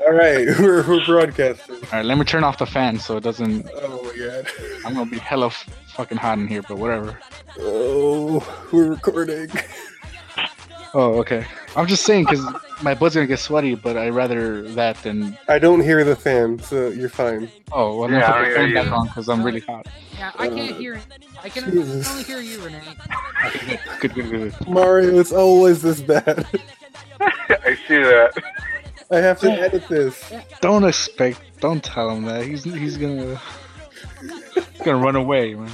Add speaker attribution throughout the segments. Speaker 1: All right, we're, we're broadcasting.
Speaker 2: All right, let me turn off the fan so it doesn't.
Speaker 1: Oh my god.
Speaker 2: I'm gonna be hella f- fucking hot in here, but whatever.
Speaker 1: Oh, we're recording.
Speaker 2: Oh, okay. I'm just saying because my blood's gonna get sweaty, but I rather that than
Speaker 1: I don't hear the fan, so you're fine.
Speaker 2: oh, well,
Speaker 3: Yeah,
Speaker 2: yeah, put
Speaker 3: I
Speaker 2: the fan
Speaker 3: hear
Speaker 2: back
Speaker 3: you.
Speaker 2: on because I'm really hot.
Speaker 4: Yeah, I can't hear it. I can
Speaker 1: Jesus.
Speaker 4: only hear you, Renee.
Speaker 2: Okay, good, good, good, good.
Speaker 1: Mario, it's always this bad.
Speaker 3: I see that.
Speaker 1: I have to edit this.
Speaker 2: Don't expect. Don't tell him that. He's he's gonna he's gonna run away, man.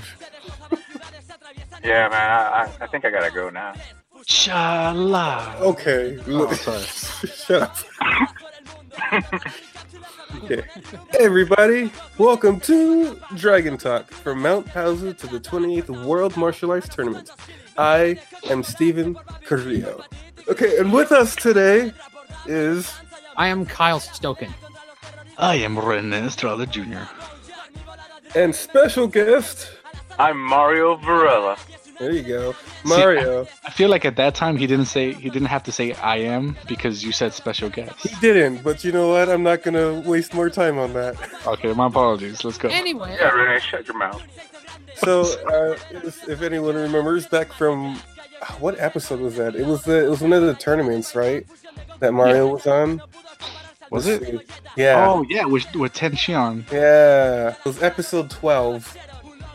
Speaker 3: Yeah, man, I, I, I think I gotta go now.
Speaker 2: Chala.
Speaker 1: Okay.
Speaker 2: Oh, sorry.
Speaker 1: Shut up. okay. Hey, everybody, welcome to Dragon Talk from Mount Pausa to the 28th World Martial Arts Tournament. I am Steven Carrillo. Okay, and with us today is
Speaker 4: I am Kyle Stoken.
Speaker 2: I am René Estrada Jr.
Speaker 1: and special guest.
Speaker 3: I'm Mario Varela.
Speaker 1: There you go, Mario.
Speaker 2: I feel like at that time he didn't say he didn't have to say I am because you said special guest.
Speaker 1: he didn't, but you know what? I'm not gonna waste more time on that.
Speaker 2: Okay, my apologies. Let's go.
Speaker 4: Anyway,
Speaker 3: Yeah, Renee, shut your mouth.
Speaker 1: So, uh, if anyone remembers back from ah, what episode was that? It was the it was one of the tournaments, right? That Mario was on.
Speaker 2: Was
Speaker 1: Let's
Speaker 2: it?
Speaker 1: see. Yeah,
Speaker 2: Oh yeah, with with Ten Xian.
Speaker 1: yeah. It was episode twelve.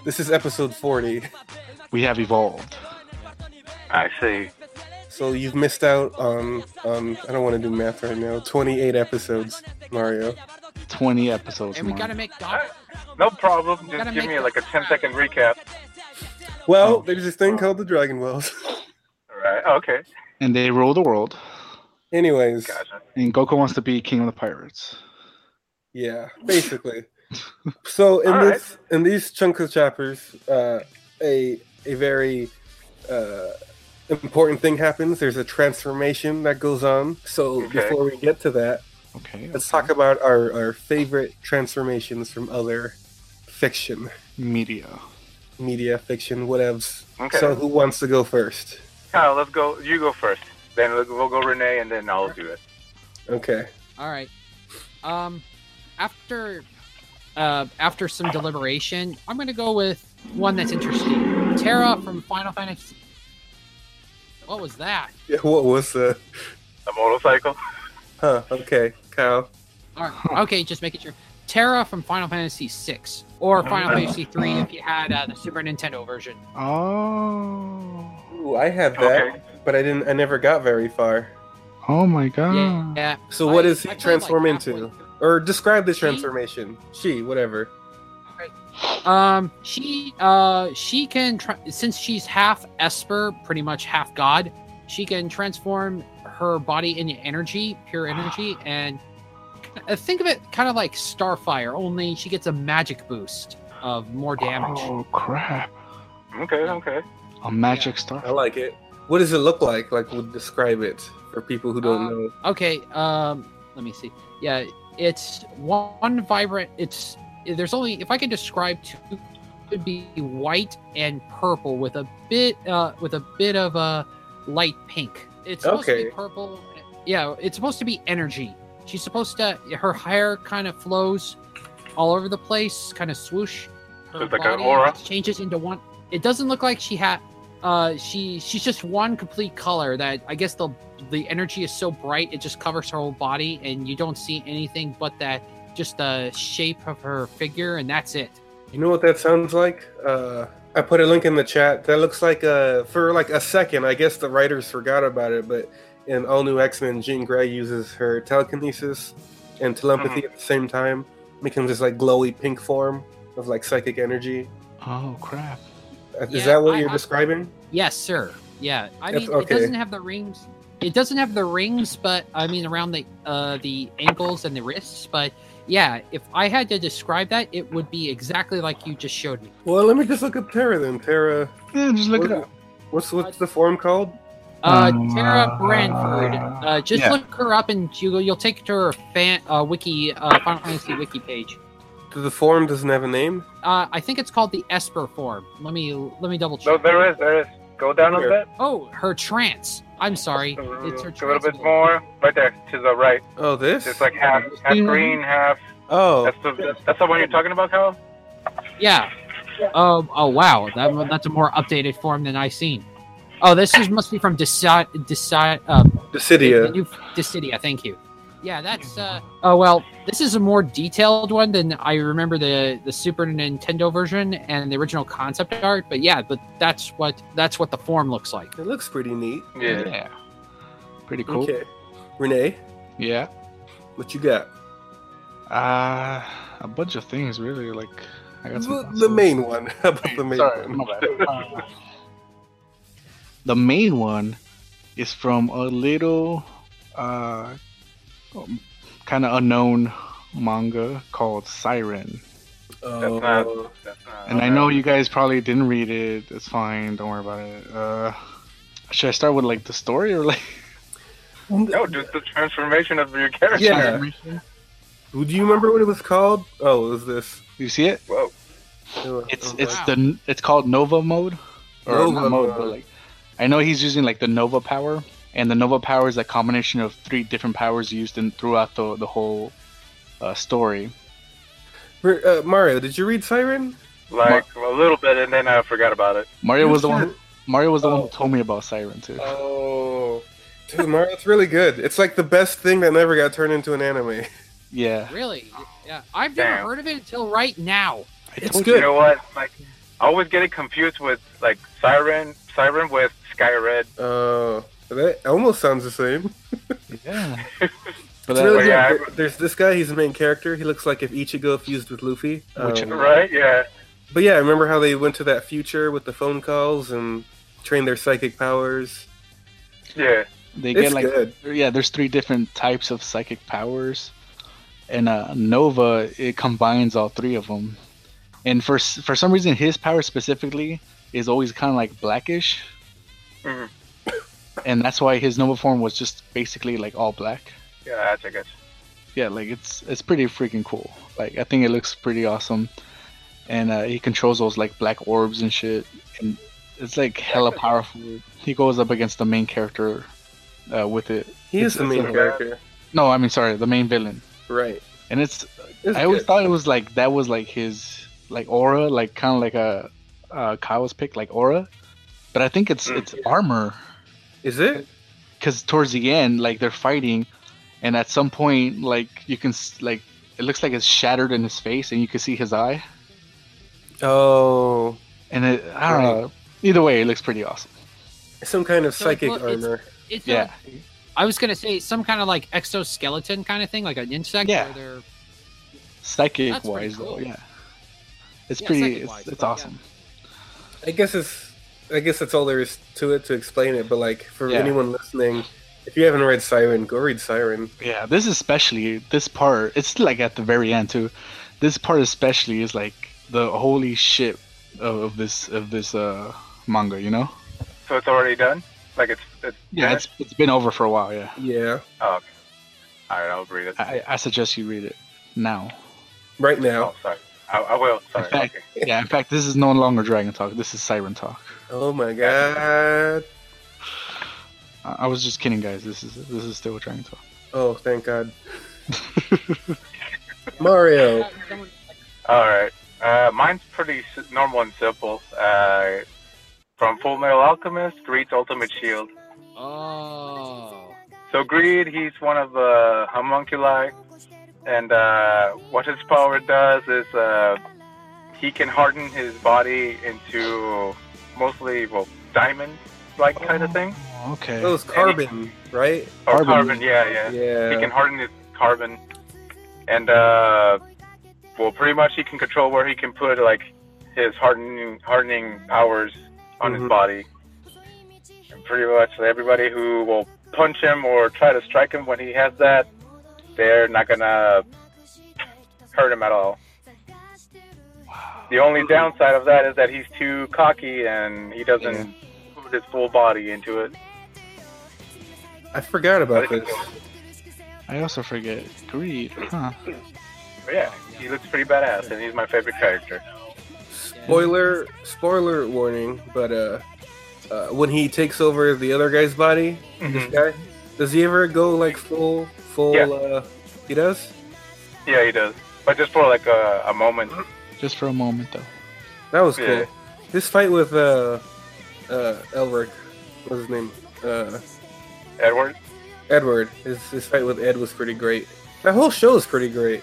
Speaker 1: This is episode forty.
Speaker 2: we have evolved.
Speaker 3: I see.
Speaker 1: So you've missed out on um I don't want to do math right now. Twenty eight episodes, Mario.
Speaker 2: 20 episodes.
Speaker 4: and we
Speaker 2: more.
Speaker 4: gotta make doc.
Speaker 3: No problem.
Speaker 4: Gotta
Speaker 3: Just give
Speaker 4: make
Speaker 3: me
Speaker 4: the-
Speaker 3: like a 10 second recap.
Speaker 1: Well,
Speaker 2: Oh.
Speaker 1: there's this thing called the Dragon Wells.
Speaker 3: All right. Okay.
Speaker 2: and they rule the world.
Speaker 1: Anyways,
Speaker 3: Gotcha.
Speaker 2: And Goku wants to be king of the pirates.
Speaker 1: Yeah, basically. so in
Speaker 3: Alright.
Speaker 1: this in these chunks of chapters, uh, a a very uh, important thing happens. There's a transformation that goes on. So
Speaker 3: Okay. Mm-hmm.
Speaker 1: before we get to that,
Speaker 2: Okay.
Speaker 1: let's talk about our, our favorite transformations from other fiction,
Speaker 2: media.
Speaker 1: media fiction, whatevs.
Speaker 3: Okay.
Speaker 1: So who wants to go first?
Speaker 3: Kyle, let's go. You go first. Then we'll- we'll go Renee, and then I'll do it.
Speaker 1: Okay.
Speaker 4: All right. Um, after, uh, after some deliberation, I'm gonna go with one that's interesting. Terra from Final Fantasy. What was that?
Speaker 1: Yeah, what was the?
Speaker 3: The motorcycle.
Speaker 1: Huh. Okay, Kyle.
Speaker 4: All right. Okay, just making sure. Terra from Final Fantasy VI or
Speaker 1: Oh.
Speaker 4: Final Fantasy III if you had uh, the Super Nintendo version.
Speaker 2: Oh.
Speaker 1: Ooh, I had that,
Speaker 3: Okay.
Speaker 1: but I didn't. I never got very far.
Speaker 2: Oh my god.
Speaker 4: Yeah. yeah.
Speaker 1: Hmm. So what
Speaker 4: I-
Speaker 1: does
Speaker 4: I
Speaker 1: he
Speaker 4: played, like,
Speaker 1: transform
Speaker 4: halfway
Speaker 1: into?
Speaker 4: through.
Speaker 1: Or describe the
Speaker 4: She?
Speaker 1: transformation. She, whatever.
Speaker 4: Um, she uh she can tra- since she's half Esper, pretty much half God. She can transform her body into energy, pure energy, and uh, think of it kind of like Starfire, only she gets a magic boost of more damage.
Speaker 2: Oh crap.
Speaker 3: Okay. Okay.
Speaker 2: A magic star.
Speaker 1: I like it. What does it look like? Like, would describe it for people who don't
Speaker 4: Uh,
Speaker 1: know.
Speaker 4: Okay, um, let me see. Yeah, it's one vibrant. It's there's only if I can describe two, it would be white and purple with a bit uh with a bit of a light pink. It's supposed to be
Speaker 1: Okay.
Speaker 4: purple. Yeah, it's supposed to be energy. She's supposed to her hair kind of flows all over the place, kind of swoosh. Her
Speaker 3: So it's like an aura?
Speaker 4: changes into one. It doesn't look like she had. Uh, she she's just one complete color that I guess the the energy is so bright it just covers her whole body and you don't see anything but that just the shape of her figure and that's it
Speaker 1: You know what that sounds like? Uh, I put a link in the chat. That looks like uh for like a second. I guess the writers forgot about it, but in all new X Men, Jean Grey uses her telekinesis and telepathy at the same time, making this like glowy pink form of like psychic energy.
Speaker 2: Oh crap.
Speaker 1: Uh, Is
Speaker 4: Yeah,
Speaker 1: that what
Speaker 4: I-
Speaker 1: you're
Speaker 4: I-
Speaker 1: describing?
Speaker 4: yes sir yeah i
Speaker 1: That's
Speaker 4: mean
Speaker 1: okay.
Speaker 4: it doesn't have the rings it doesn't have the rings but i mean around the uh the ankles and the wrists but yeah if i had to describe that it would be exactly like you just showed me
Speaker 1: Well, let me just look up Terra then. Terra.
Speaker 2: Yeah, just look it
Speaker 1: What-
Speaker 2: up.
Speaker 1: What's what's the form called?
Speaker 4: uh
Speaker 2: Um,
Speaker 4: tara
Speaker 2: uh,
Speaker 4: branford uh just
Speaker 2: yeah.
Speaker 4: look her up and you, you'll take to her fan uh wiki uh final fantasy wiki page
Speaker 1: The form doesn't have a name.
Speaker 4: uh, I think it's called the Esper form. Let me let me double
Speaker 3: No,
Speaker 4: check.
Speaker 3: there is. There is. Go down a
Speaker 1: Here.
Speaker 3: bit.
Speaker 4: Oh, her trance. I'm sorry. It's her trance.
Speaker 3: a little bit more. Right there, to the right.
Speaker 1: Oh, this?
Speaker 3: It's like half, half
Speaker 4: Mhm.
Speaker 3: green, half.
Speaker 1: oh,
Speaker 3: That's the that's the one you're talking about, Kyle.
Speaker 4: Yeah. Um, oh wow, that, that's a more updated form than I seen. Oh, this is must be from Decide Decide uh, the
Speaker 1: Dissidia.
Speaker 4: new Decidia. Thank you. Yeah, that's. Uh, oh well, this is a more detailed one than I remember the the Super Nintendo version and the original concept art. But yeah, but that's what that's what the form looks like.
Speaker 1: It looks pretty neat.
Speaker 3: Yeah.
Speaker 2: Pretty cool.
Speaker 1: Okay. Renee,
Speaker 2: Yeah.
Speaker 1: what you got?
Speaker 2: Uh, a bunch of things, really. Like, I got some
Speaker 1: The,
Speaker 2: thoughts
Speaker 1: the
Speaker 2: on-
Speaker 1: main one. How about the main
Speaker 2: Sorry,
Speaker 1: one?
Speaker 2: my bad. Uh, the main one is from a little uh, kind of unknown manga called Siren.
Speaker 1: Oh,
Speaker 3: not- That's not,
Speaker 2: And I know you guys probably didn't read it. It's fine. Don't worry about it. Uh, should I start with like the story or like?
Speaker 3: No, just the transformation of your character.
Speaker 1: Yeah. do you remember what it was called? Oh, it was this.
Speaker 2: You see it?
Speaker 3: Whoa.
Speaker 1: Oh,
Speaker 2: It's
Speaker 1: okay.
Speaker 2: it's the it's called Nova mode, or not
Speaker 1: Nova
Speaker 2: mode, but
Speaker 1: mode.
Speaker 2: like I know he's using like the Nova power, and the Nova power is a combination of three different powers used in throughout the the whole uh, story.
Speaker 1: Uh, Mario, did you read Siren?
Speaker 3: Like a little bit, and then I forgot about it.
Speaker 2: Mario
Speaker 1: You
Speaker 2: was the one.
Speaker 1: said-
Speaker 2: Mario was the one
Speaker 1: Oh.
Speaker 2: who told me about Siren too.
Speaker 1: Oh, dude, Mario, it's really good. It's like the best thing that never got turned into an anime.
Speaker 2: Yeah,
Speaker 4: Really? Yeah, I've never
Speaker 3: Damn.
Speaker 4: heard of it until right now.
Speaker 2: I
Speaker 1: It's
Speaker 2: told
Speaker 1: good.
Speaker 3: You know what? Like I always get it confused with like Siren, Siren with Sky Red.
Speaker 1: Oh, that almost sounds the same.
Speaker 2: you. Yeah, but
Speaker 1: It's
Speaker 2: that,
Speaker 1: really
Speaker 3: Oh,
Speaker 1: good.
Speaker 3: yeah, I-
Speaker 1: There- There's this guy. He's the main character. He looks like if Ichigo fused with Luffy.
Speaker 2: Which-
Speaker 1: Um,
Speaker 3: Right? Yeah.
Speaker 1: But yeah, I remember how they went to that future with the phone calls and trained their psychic powers.
Speaker 3: Yeah.
Speaker 2: they
Speaker 1: it's
Speaker 2: get like
Speaker 1: good.
Speaker 2: yeah. There's three different types of psychic powers, and uh, Nova it combines all three of them. And for s- for some reason, his power specifically is always kind of like blackish.
Speaker 1: Mm-hmm.
Speaker 3: Mhm.
Speaker 2: and that's why his Nova form was just basically like all black.
Speaker 3: Yeah. I check it.
Speaker 2: Yeah, like it's it's pretty freaking cool. Like I think it looks pretty awesome, and uh, he controls those like black orbs and shit, and it's like hella powerful. He goes up against the main character uh, with it.
Speaker 1: He is the
Speaker 2: it's
Speaker 1: main
Speaker 2: like-
Speaker 1: character,
Speaker 2: No, I mean sorry, the main villain.
Speaker 1: right?
Speaker 2: And it's
Speaker 1: It's
Speaker 2: I always
Speaker 1: good.
Speaker 2: thought it was like that was like his like aura, like kind of like a uh, Kyle's pick like aura, but I think it's
Speaker 3: Mm.
Speaker 2: it's armor.
Speaker 1: Is it?
Speaker 2: because towards the end, like they're fighting, and at some point, like you can s- like it looks like it's shattered in his face, and you can see his eye.
Speaker 1: Oh,
Speaker 2: And it, I don't know. Either way, it looks pretty awesome.
Speaker 1: some kind of
Speaker 4: So it's
Speaker 1: psychic
Speaker 4: more- it's-
Speaker 1: armor.
Speaker 4: It's
Speaker 2: Yeah,
Speaker 4: I was gonna say some kind of like exoskeleton kind of thing, like an insect.
Speaker 2: Yeah.
Speaker 4: Where they're,
Speaker 2: psychic
Speaker 4: That's pretty
Speaker 2: wise though,
Speaker 4: cool.
Speaker 2: yeah. It's
Speaker 4: Yeah,
Speaker 2: pretty.
Speaker 4: psychic-wise,
Speaker 2: It's, it's
Speaker 4: but yeah.
Speaker 2: awesome.
Speaker 1: I guess it's. I guess that's all there is to it to explain it. But like for
Speaker 2: Yeah.
Speaker 1: anyone listening, if you haven't read Siren, go read Siren.
Speaker 2: Yeah. this especially this part. It's like at the very end too. This part especially is like the holy shit of, of this of this uh manga. You know.
Speaker 3: So it's already done. Like it's it's.
Speaker 2: Yeah, it's it's been over for a while. Yeah,
Speaker 1: Yeah,
Speaker 3: Oh, okay. All right. I'll read it.
Speaker 2: I, I suggest you read it now.
Speaker 1: right
Speaker 3: Oh,
Speaker 1: now.
Speaker 3: sorry. I, I will. Sorry.
Speaker 2: Okay.
Speaker 3: Okay.
Speaker 2: yeah, in fact, this is no longer Dragon Talk. This is Siren Talk.
Speaker 1: Oh my god.
Speaker 2: I, I was just kidding, guys. This is this is still Dragon Talk.
Speaker 1: Oh, thank God. Mario.
Speaker 4: Someone-
Speaker 3: All right. Uh, mine's pretty s- normal and simple. Uh, from Full Metal Alchemist, Greed's Ultimate Shield.
Speaker 4: Oh.
Speaker 3: So Greed, he's one of the homunculi, and uh, what his power does is uh, he can harden his body into mostly well diamond-like kind of thing
Speaker 2: Okay.
Speaker 1: That was carbon, right?
Speaker 3: or
Speaker 2: Carbon.
Speaker 3: carbon. Yeah, yeah. He
Speaker 1: Yeah.
Speaker 3: can harden his carbon, and uh, well, pretty much he can control where he can put like his hardening hardening powers on
Speaker 1: Mhm.
Speaker 3: his body. And pretty much everybody who will punch him or try to strike him when he has that, they're not gonna hurt him at all. The only downside of that is that he's too cocky and he doesn't put his full body into it.
Speaker 1: I forgot about this.
Speaker 2: I also forget greed. Huh.
Speaker 3: But yeah, he looks pretty badass and he's my favorite character.
Speaker 1: Spoiler, spoiler warning, but uh, uh, when he takes over the other guy's body, this
Speaker 3: Mhm.
Speaker 1: guy, does he ever go like full, full?
Speaker 3: Yeah.
Speaker 1: Uh, he does.
Speaker 3: Yeah, he does. But just for like a, a moment.
Speaker 2: Just for a moment, though.
Speaker 1: That was cool.
Speaker 3: Yeah.
Speaker 1: This fight with uh, uh, Elric, what's his name? Uh,
Speaker 3: Edward?
Speaker 1: Edward. His, his fight with Ed was pretty great. That whole show is pretty great.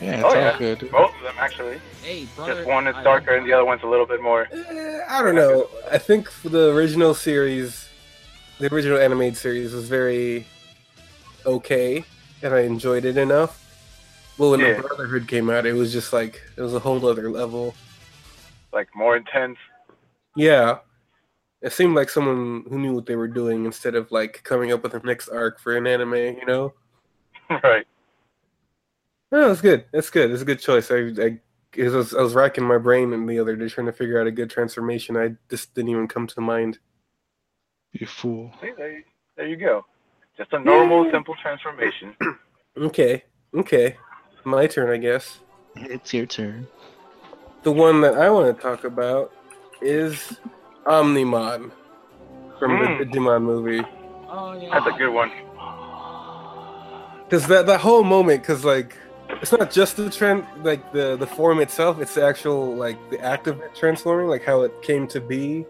Speaker 2: Yeah, it's
Speaker 3: Oh,
Speaker 2: all
Speaker 3: yeah.
Speaker 2: good. dude.
Speaker 3: Both of them, actually.
Speaker 4: Hey, brother.
Speaker 3: Just one is
Speaker 4: I-
Speaker 3: darker and the other one's a little bit more.
Speaker 1: Eh, I don't know. I think for the original series, the original animated series was very okay, and I enjoyed it enough. But when
Speaker 3: Yeah.
Speaker 1: the Brotherhood came out, it was just like it was a whole other level.
Speaker 3: Like more intense.
Speaker 1: Yeah, it seemed like someone who knew what they were doing instead of like coming up with the next arc for an anime. You know?
Speaker 3: right.
Speaker 1: No, it's good. It's good. It's a good choice. I, I, it was, I was racking my brain in the other day trying to figure out a good transformation. I just didn't even come to mind.
Speaker 2: You fool.
Speaker 3: See, there you, there you go. Just a normal, simple transformation.
Speaker 1: Okay. Okay. My turn, I guess.
Speaker 2: It's your turn.
Speaker 1: The one that I want to talk about is Omnimon from
Speaker 3: Hmm.
Speaker 1: the Digimon movie.
Speaker 4: Oh, yeah.
Speaker 3: That's a good one.
Speaker 1: Because that, that whole moment, because like, it's not just the trend, like the, the form itself, it's the actual, like, the act of it transforming, like how it came to be.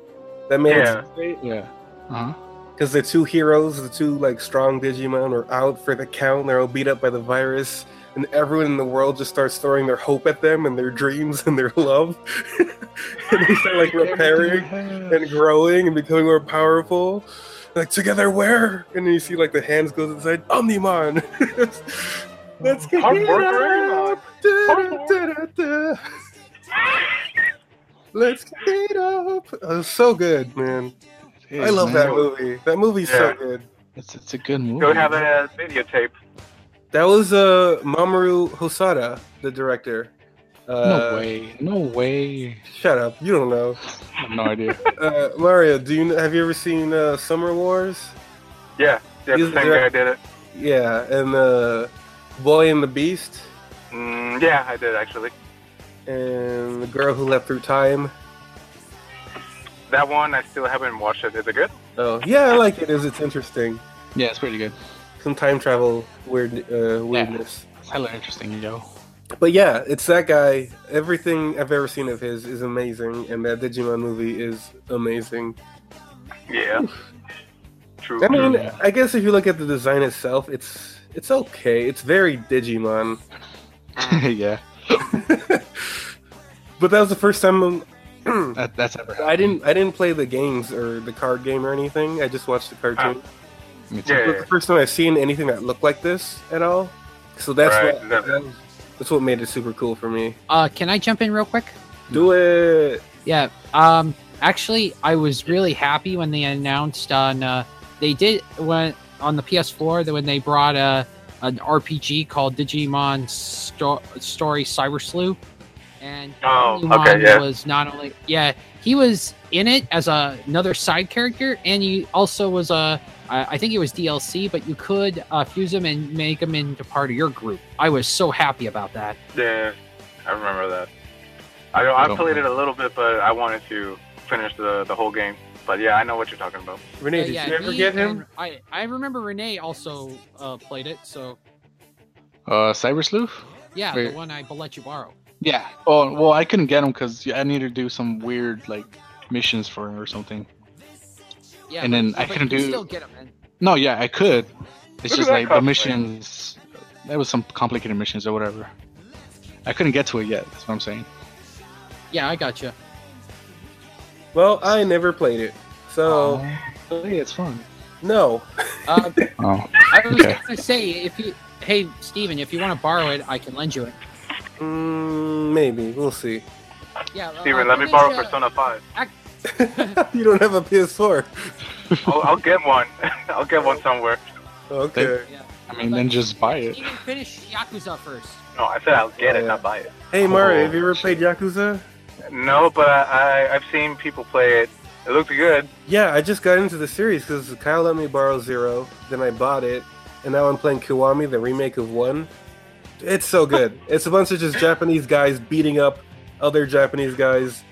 Speaker 1: That made it
Speaker 3: Yeah.
Speaker 1: so great.
Speaker 2: Yeah. Uh huh.
Speaker 1: because the two heroes, the two like strong Digimon, are out for the count. They're all beat up by the virus, and everyone in the world just starts throwing their hope at them and their dreams and their love. and they start like repairing and growing and becoming more powerful. Like together, where? And then you see like the hands goes inside Omnimon. Let's get
Speaker 3: Hard
Speaker 1: it
Speaker 3: work,
Speaker 1: up. Da-da-da-da-da. Let's get it up. It was so good, man. I love that movie. That movie's so
Speaker 3: Yeah.
Speaker 1: good.
Speaker 2: It's, it's a good movie.
Speaker 3: Go have it as videotape.
Speaker 1: That was uh, Mamoru Hosada, the director. Uh,
Speaker 2: no way. No way.
Speaker 1: Shut up. You don't know.
Speaker 2: I have no idea.
Speaker 1: Uh, Mario, do you have you ever seen uh, Summer Wars?
Speaker 3: Yeah, yeah, the
Speaker 1: He's-
Speaker 3: same guy did it.
Speaker 1: Yeah, and uh, Boy and the Beast,
Speaker 3: Mm, yeah, I did actually.
Speaker 1: and the girl who left through time.
Speaker 3: That one I still haven't watched it. Is it good?
Speaker 1: Oh, yeah, I like it. Is it's interesting.
Speaker 2: yeah, it's pretty good.
Speaker 1: Some time travel weird uh, weirdness.
Speaker 2: It's hella interesting, yo.
Speaker 1: But yeah, it's that guy. Everything I've ever seen of his is amazing, and that Digimon movie is amazing.
Speaker 3: Yeah. True.
Speaker 1: I mean,
Speaker 2: Yeah.
Speaker 1: I guess if you look at the design itself, it's it's okay. It's very Digimon.
Speaker 2: yeah.
Speaker 1: But that was the first time um,
Speaker 2: That, that's ever happened.
Speaker 1: I didn't I didn't play the games or the card game or anything. I just watched the cartoon.
Speaker 2: Me too.
Speaker 1: It was
Speaker 3: yeah.
Speaker 1: the first time I've seen anything that looked like this at all. So that's
Speaker 3: Right,
Speaker 1: what
Speaker 3: that-
Speaker 1: that- that's what made it super cool for me.
Speaker 4: Uh, can I jump in real quick?
Speaker 1: Do it.
Speaker 4: Yeah. Um. Actually, I was really happy when they announced on uh, they did when on the PS4 that when they brought a an RPG called Digimon Sto- Story Cyber Slew, and
Speaker 3: Oh,
Speaker 4: Digimon
Speaker 3: okay, yeah.
Speaker 4: was not only yeah he was in it as a, another side character, and he also was a I, I think it was DLC, but you could uh, fuse him and make him into part of your group. I was so happy about that.
Speaker 3: Yeah, I remember that. I I
Speaker 2: Don't
Speaker 3: played it a little bit, but I wanted to finish the the whole game. But yeah, I know what you're talking about.
Speaker 1: Renee,
Speaker 4: Uh,
Speaker 1: did
Speaker 4: yeah,
Speaker 1: you ever
Speaker 4: me
Speaker 1: get him?
Speaker 4: and- I, I remember Renee also uh, played it, so
Speaker 2: Uh, Cyber Sleuth?
Speaker 4: yeah,
Speaker 2: Wait.
Speaker 4: the one I will let you borrow.
Speaker 2: Yeah. Oh, well, I couldn't get him because I needed to do some weird, like, missions for him or something.
Speaker 4: Yeah,
Speaker 2: And then
Speaker 4: but-
Speaker 2: I
Speaker 4: but
Speaker 2: couldn't
Speaker 4: you
Speaker 2: do-
Speaker 4: Still get 'em, man.
Speaker 2: No, yeah, I could.
Speaker 3: Look
Speaker 2: It's
Speaker 3: at
Speaker 2: just
Speaker 3: that
Speaker 2: like the
Speaker 3: cosplay.
Speaker 2: missions. There was some complicated missions or whatever. I couldn't get to it yet. That's what I'm saying.
Speaker 4: Yeah, I got you.
Speaker 1: Well, I never played it. So
Speaker 2: Oh, yeah, it's fun.
Speaker 1: no.
Speaker 4: Uh,
Speaker 2: Oh,
Speaker 4: I was
Speaker 2: Okay.
Speaker 4: gonna say if you, hey Steven, if you want to borrow it, I can lend you it.
Speaker 1: Mm, maybe we'll see.
Speaker 4: Yeah, uh,
Speaker 3: Steven, let me
Speaker 4: Renee's,
Speaker 3: borrow
Speaker 4: uh,
Speaker 3: Persona 5.
Speaker 1: you don't have a PS4.
Speaker 3: I'll, I'll get one. I'll get one somewhere.
Speaker 1: Okay.
Speaker 4: Yeah.
Speaker 2: I mean, then just buy it.
Speaker 4: Steven, finish Yakuza first.
Speaker 3: No, I said I'll get it,
Speaker 1: Yeah.
Speaker 3: not buy it.
Speaker 1: Hey Mario,
Speaker 2: Oh,
Speaker 1: have you ever played Yakuza?
Speaker 3: No, but I, I I've seen people play it. It looked good.
Speaker 1: Yeah, I just got into the series because Kyle let me borrow Zero, then I bought it, and now I'm playing Kiwami, the remake of One. It's so good. it's a bunch of just Japanese guys beating up other Japanese guys,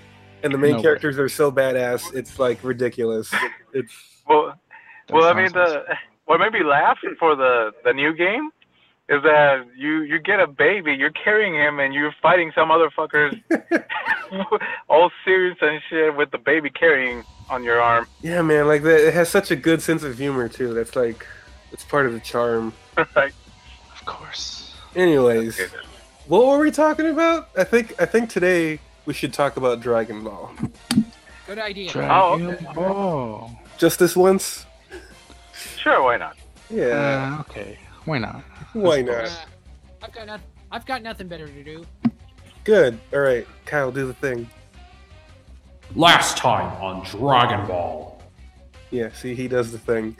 Speaker 1: and the main
Speaker 2: No way.
Speaker 1: characters are so badass, it's like ridiculous. It's
Speaker 3: Well,
Speaker 2: That
Speaker 3: well, I mean,
Speaker 2: sounds
Speaker 3: the what made me laugh for the the new game is that you you get a baby, you're carrying him, and you're fighting some other fuckers, all serious and shit, with the baby carrying on your arm.
Speaker 1: yeah, man. Like that, it has such a good sense of humor too. That's like, it's part of the charm.
Speaker 3: right?
Speaker 2: Of course.
Speaker 1: Anyways,
Speaker 3: Okay.
Speaker 1: what were we talking about? I think I think today we should talk about Dragon Ball.
Speaker 4: Good idea.
Speaker 2: Dragon
Speaker 3: okay.
Speaker 2: Ball.
Speaker 1: Just this once?
Speaker 3: Sure, why not?
Speaker 1: Yeah.
Speaker 2: Uh, okay. Why not?
Speaker 1: why
Speaker 4: Uh,
Speaker 1: not?
Speaker 4: I've got nothing. I've got nothing better to do.
Speaker 1: Good. All right, Kyle, do the thing.
Speaker 5: Last time on Dragon Ball.
Speaker 1: Yeah. See, he does the thing.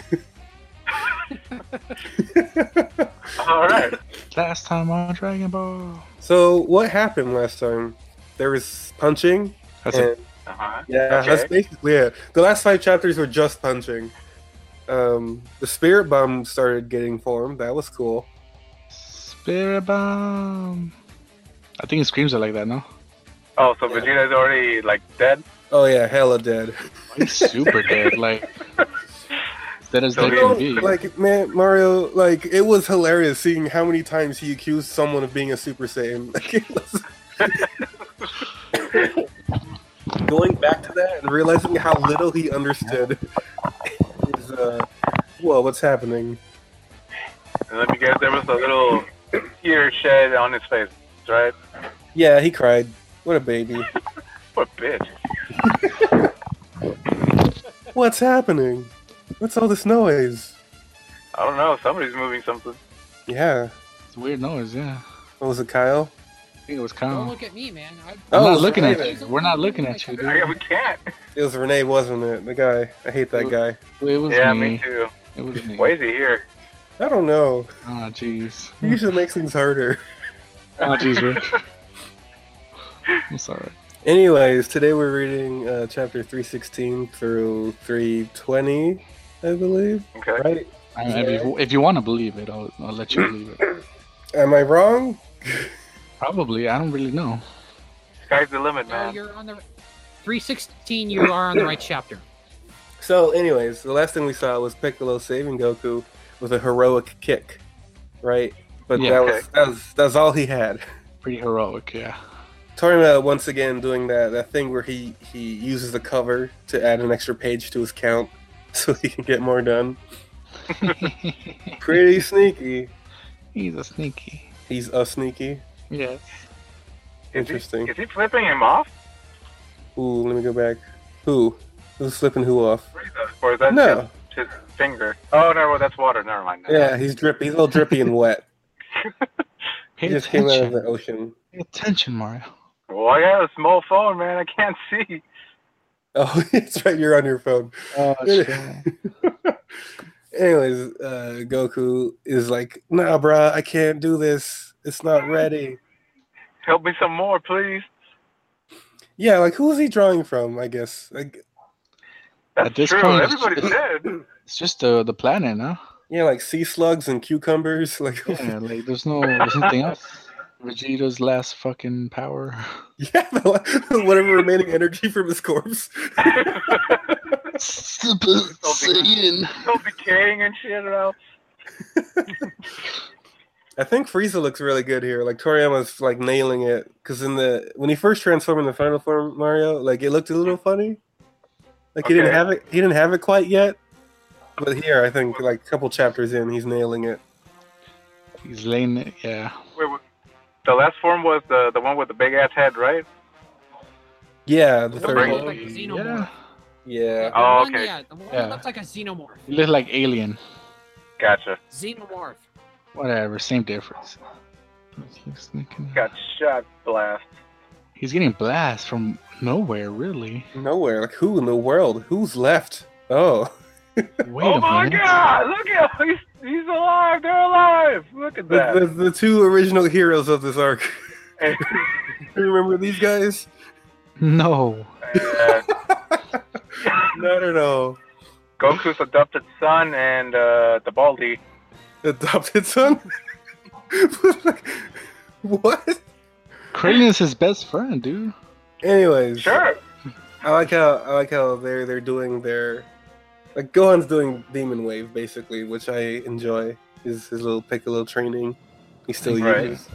Speaker 3: All right.
Speaker 2: Last time on Dragon Ball.
Speaker 1: So what happened last time? There was punching.
Speaker 2: That's
Speaker 1: and-
Speaker 2: it.
Speaker 3: Uh-huh.
Speaker 1: Yeah,
Speaker 3: Okay.
Speaker 1: that's basically it. The last five chapters were just punching. Um, the spirit bomb started getting formed. That was cool.
Speaker 2: Spirit Bomb. I think his screams are like that, no?
Speaker 3: Oh, so Vegeta's already like dead.
Speaker 1: Oh yeah, hella dead.
Speaker 2: He's super dead. Like, that is
Speaker 3: So
Speaker 2: dead
Speaker 3: he-
Speaker 2: can be.
Speaker 1: Like man, Mario, like it was hilarious seeing how many times he accused someone of being a Super Saiyan. Like, it was... Going back to that and realizing how little he understood is uh, whoa, what's happening?
Speaker 3: And let me guess, there was a little tear shed on his face, right?
Speaker 1: Yeah, he cried. What a baby.
Speaker 3: What a bitch.
Speaker 1: What's happening? What's all this noise?
Speaker 3: I don't know. Somebody's moving something.
Speaker 1: Yeah.
Speaker 2: It's weird noise, yeah.
Speaker 1: What was it, Kyle?
Speaker 2: I think it was
Speaker 4: Don't
Speaker 2: Kyle.
Speaker 4: look at me, man. I,
Speaker 2: I'm
Speaker 1: Oh,
Speaker 2: Oh. not
Speaker 1: it's
Speaker 2: looking
Speaker 1: Renee.
Speaker 2: at you. We're not looking at you,
Speaker 3: I,
Speaker 2: dude.
Speaker 3: we can't.
Speaker 1: It was Renee, wasn't it? The guy. I hate that guy.
Speaker 2: It was
Speaker 3: Yeah,
Speaker 2: me.
Speaker 3: me too.
Speaker 2: It was me.
Speaker 3: Why is he here?
Speaker 1: I don't know.
Speaker 2: Oh, jeez.
Speaker 1: He usually makes things harder.
Speaker 2: Oh, jeez, Rick. I'm sorry.
Speaker 1: Anyways, today we're reading uh, chapter 316 through 320, I believe.
Speaker 3: Okay.
Speaker 1: Right?
Speaker 2: I mean, if, you, if you want to believe it, I'll, I'll let you believe it.
Speaker 1: Am I wrong?
Speaker 2: Probably. I don't really know.
Speaker 3: Sky's the limit,
Speaker 4: No,
Speaker 3: man.
Speaker 4: you're on the 316. You are on the right chapter.
Speaker 1: So, anyways, the last thing we saw was Piccolo saving Goku with a heroic kick, right? But
Speaker 2: Yeah,
Speaker 1: that,
Speaker 3: okay.
Speaker 1: was, that was that was all he had.
Speaker 2: Pretty heroic, yeah.
Speaker 1: Toriyama once again doing that that thing where he he uses the cover to add an extra page to his count so he can get more done. Pretty sneaky.
Speaker 2: He's a sneaky.
Speaker 1: He's a sneaky.
Speaker 2: Yes.
Speaker 3: Is he-
Speaker 1: Interesting.
Speaker 3: Is he flipping him off?
Speaker 1: Ooh, let me go back. Who? Who's slipping who off?
Speaker 3: Or is that
Speaker 1: No.
Speaker 3: just his finger? Oh, no, well, that's water. Never mind.
Speaker 1: Yeah, he's drippy. He's a little drippy and wet. He
Speaker 2: Pay
Speaker 1: just came out of
Speaker 2: attention.
Speaker 1: the ocean.
Speaker 2: Pay attention, Mario.
Speaker 3: Well, I got a small phone, man. I can't see.
Speaker 1: Oh, that's right. You're on your phone.
Speaker 2: Oh,
Speaker 1: shit.
Speaker 2: shit.
Speaker 1: Anyways, uh, Goku is like, nah, bruh, I can't do this. It's not ready.
Speaker 3: Help me some more, please.
Speaker 1: Yeah, like, who is he drawing from? I guess. Like,
Speaker 3: That's
Speaker 2: At this
Speaker 3: true.
Speaker 2: point, it's-
Speaker 3: Everybody's dead.
Speaker 2: It's just the, the planet, huh?
Speaker 1: Yeah, like sea slugs and cucumbers. Like,
Speaker 2: Yeah, like, there's no there's nothing else. Vegeta's last fucking power.
Speaker 1: yeah, the, la- whatever remaining energy from his corpse.
Speaker 2: Super
Speaker 3: Saiyan. Still decaying and shit. Now.
Speaker 1: I think Frieza looks really good here. Like Toriyama's like nailing it because in the when he first transformed in the final form Mario, like it looked a little funny. Like he didn't
Speaker 3: Okay.
Speaker 1: have it. He didn't have it quite yet. But here, I think like a couple chapters in, he's nailing it.
Speaker 2: He's laying it, yeah.
Speaker 3: Wait, wait. The last form was the, the one with the big ass head, right?
Speaker 1: Yeah, the third
Speaker 3: Bring
Speaker 4: Nobody
Speaker 1: one.
Speaker 4: looked
Speaker 2: Yeah.
Speaker 4: like a xenomorph.
Speaker 1: Yeah,
Speaker 4: The
Speaker 3: Oh,
Speaker 4: one-
Speaker 3: okay.
Speaker 4: Yeah, the one
Speaker 2: Yeah.
Speaker 4: that looks like a xenomorph.
Speaker 2: He looked like alien.
Speaker 3: Gotcha.
Speaker 4: Xenomorph.
Speaker 2: Whatever, same difference. He's sneaking in.
Speaker 3: Got shot blast.
Speaker 2: He's getting blast from nowhere, really.
Speaker 1: nowhere. Like who in the world? Who's left? Oh,
Speaker 2: Wait
Speaker 3: oh
Speaker 2: a
Speaker 3: my
Speaker 2: minute.
Speaker 3: god! Look at him! He's, he's alive! They're alive! Look at
Speaker 1: the,
Speaker 3: that!
Speaker 1: the, the two original heroes of this arc. Remember these guys?
Speaker 2: No.
Speaker 3: And, uh,
Speaker 1: Not at all.
Speaker 3: Goku's adopted son and uh, the Baldy.
Speaker 1: adopted son? what?
Speaker 2: Krillin is his best friend, dude.
Speaker 1: Anyways,
Speaker 3: Sure.
Speaker 1: I like how I like how they're they're doing their like Gohan's doing Demon Wave basically, which I enjoy. His his little Piccolo training, he still
Speaker 3: Right.
Speaker 1: uses.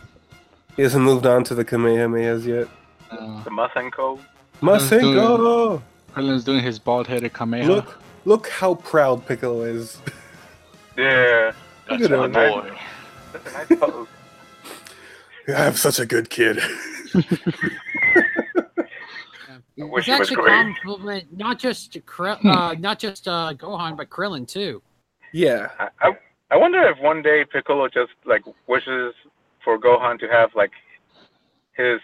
Speaker 1: He hasn't moved on to the Kamehamehas yet.
Speaker 2: Uh,
Speaker 3: The Masenko.
Speaker 2: Let's do it.
Speaker 1: Masenko,
Speaker 2: Krillin's doing his bald-headed Kameha.
Speaker 1: look look how proud Piccolo is.
Speaker 3: Yeah.
Speaker 1: Look
Speaker 6: That's
Speaker 1: at
Speaker 6: my
Speaker 1: him.
Speaker 6: boy.
Speaker 3: That's a nice pose.
Speaker 1: I'm such a good kid.
Speaker 4: Yeah.
Speaker 3: wish
Speaker 4: It's
Speaker 3: he was
Speaker 4: actually
Speaker 3: great.
Speaker 4: compliment not just to Kri-
Speaker 1: Hmm.
Speaker 4: uh, not just uh, Gohan, but Krillin too.
Speaker 1: Yeah,
Speaker 3: I, I, I wonder if one day Piccolo just like wishes for Gohan to have like his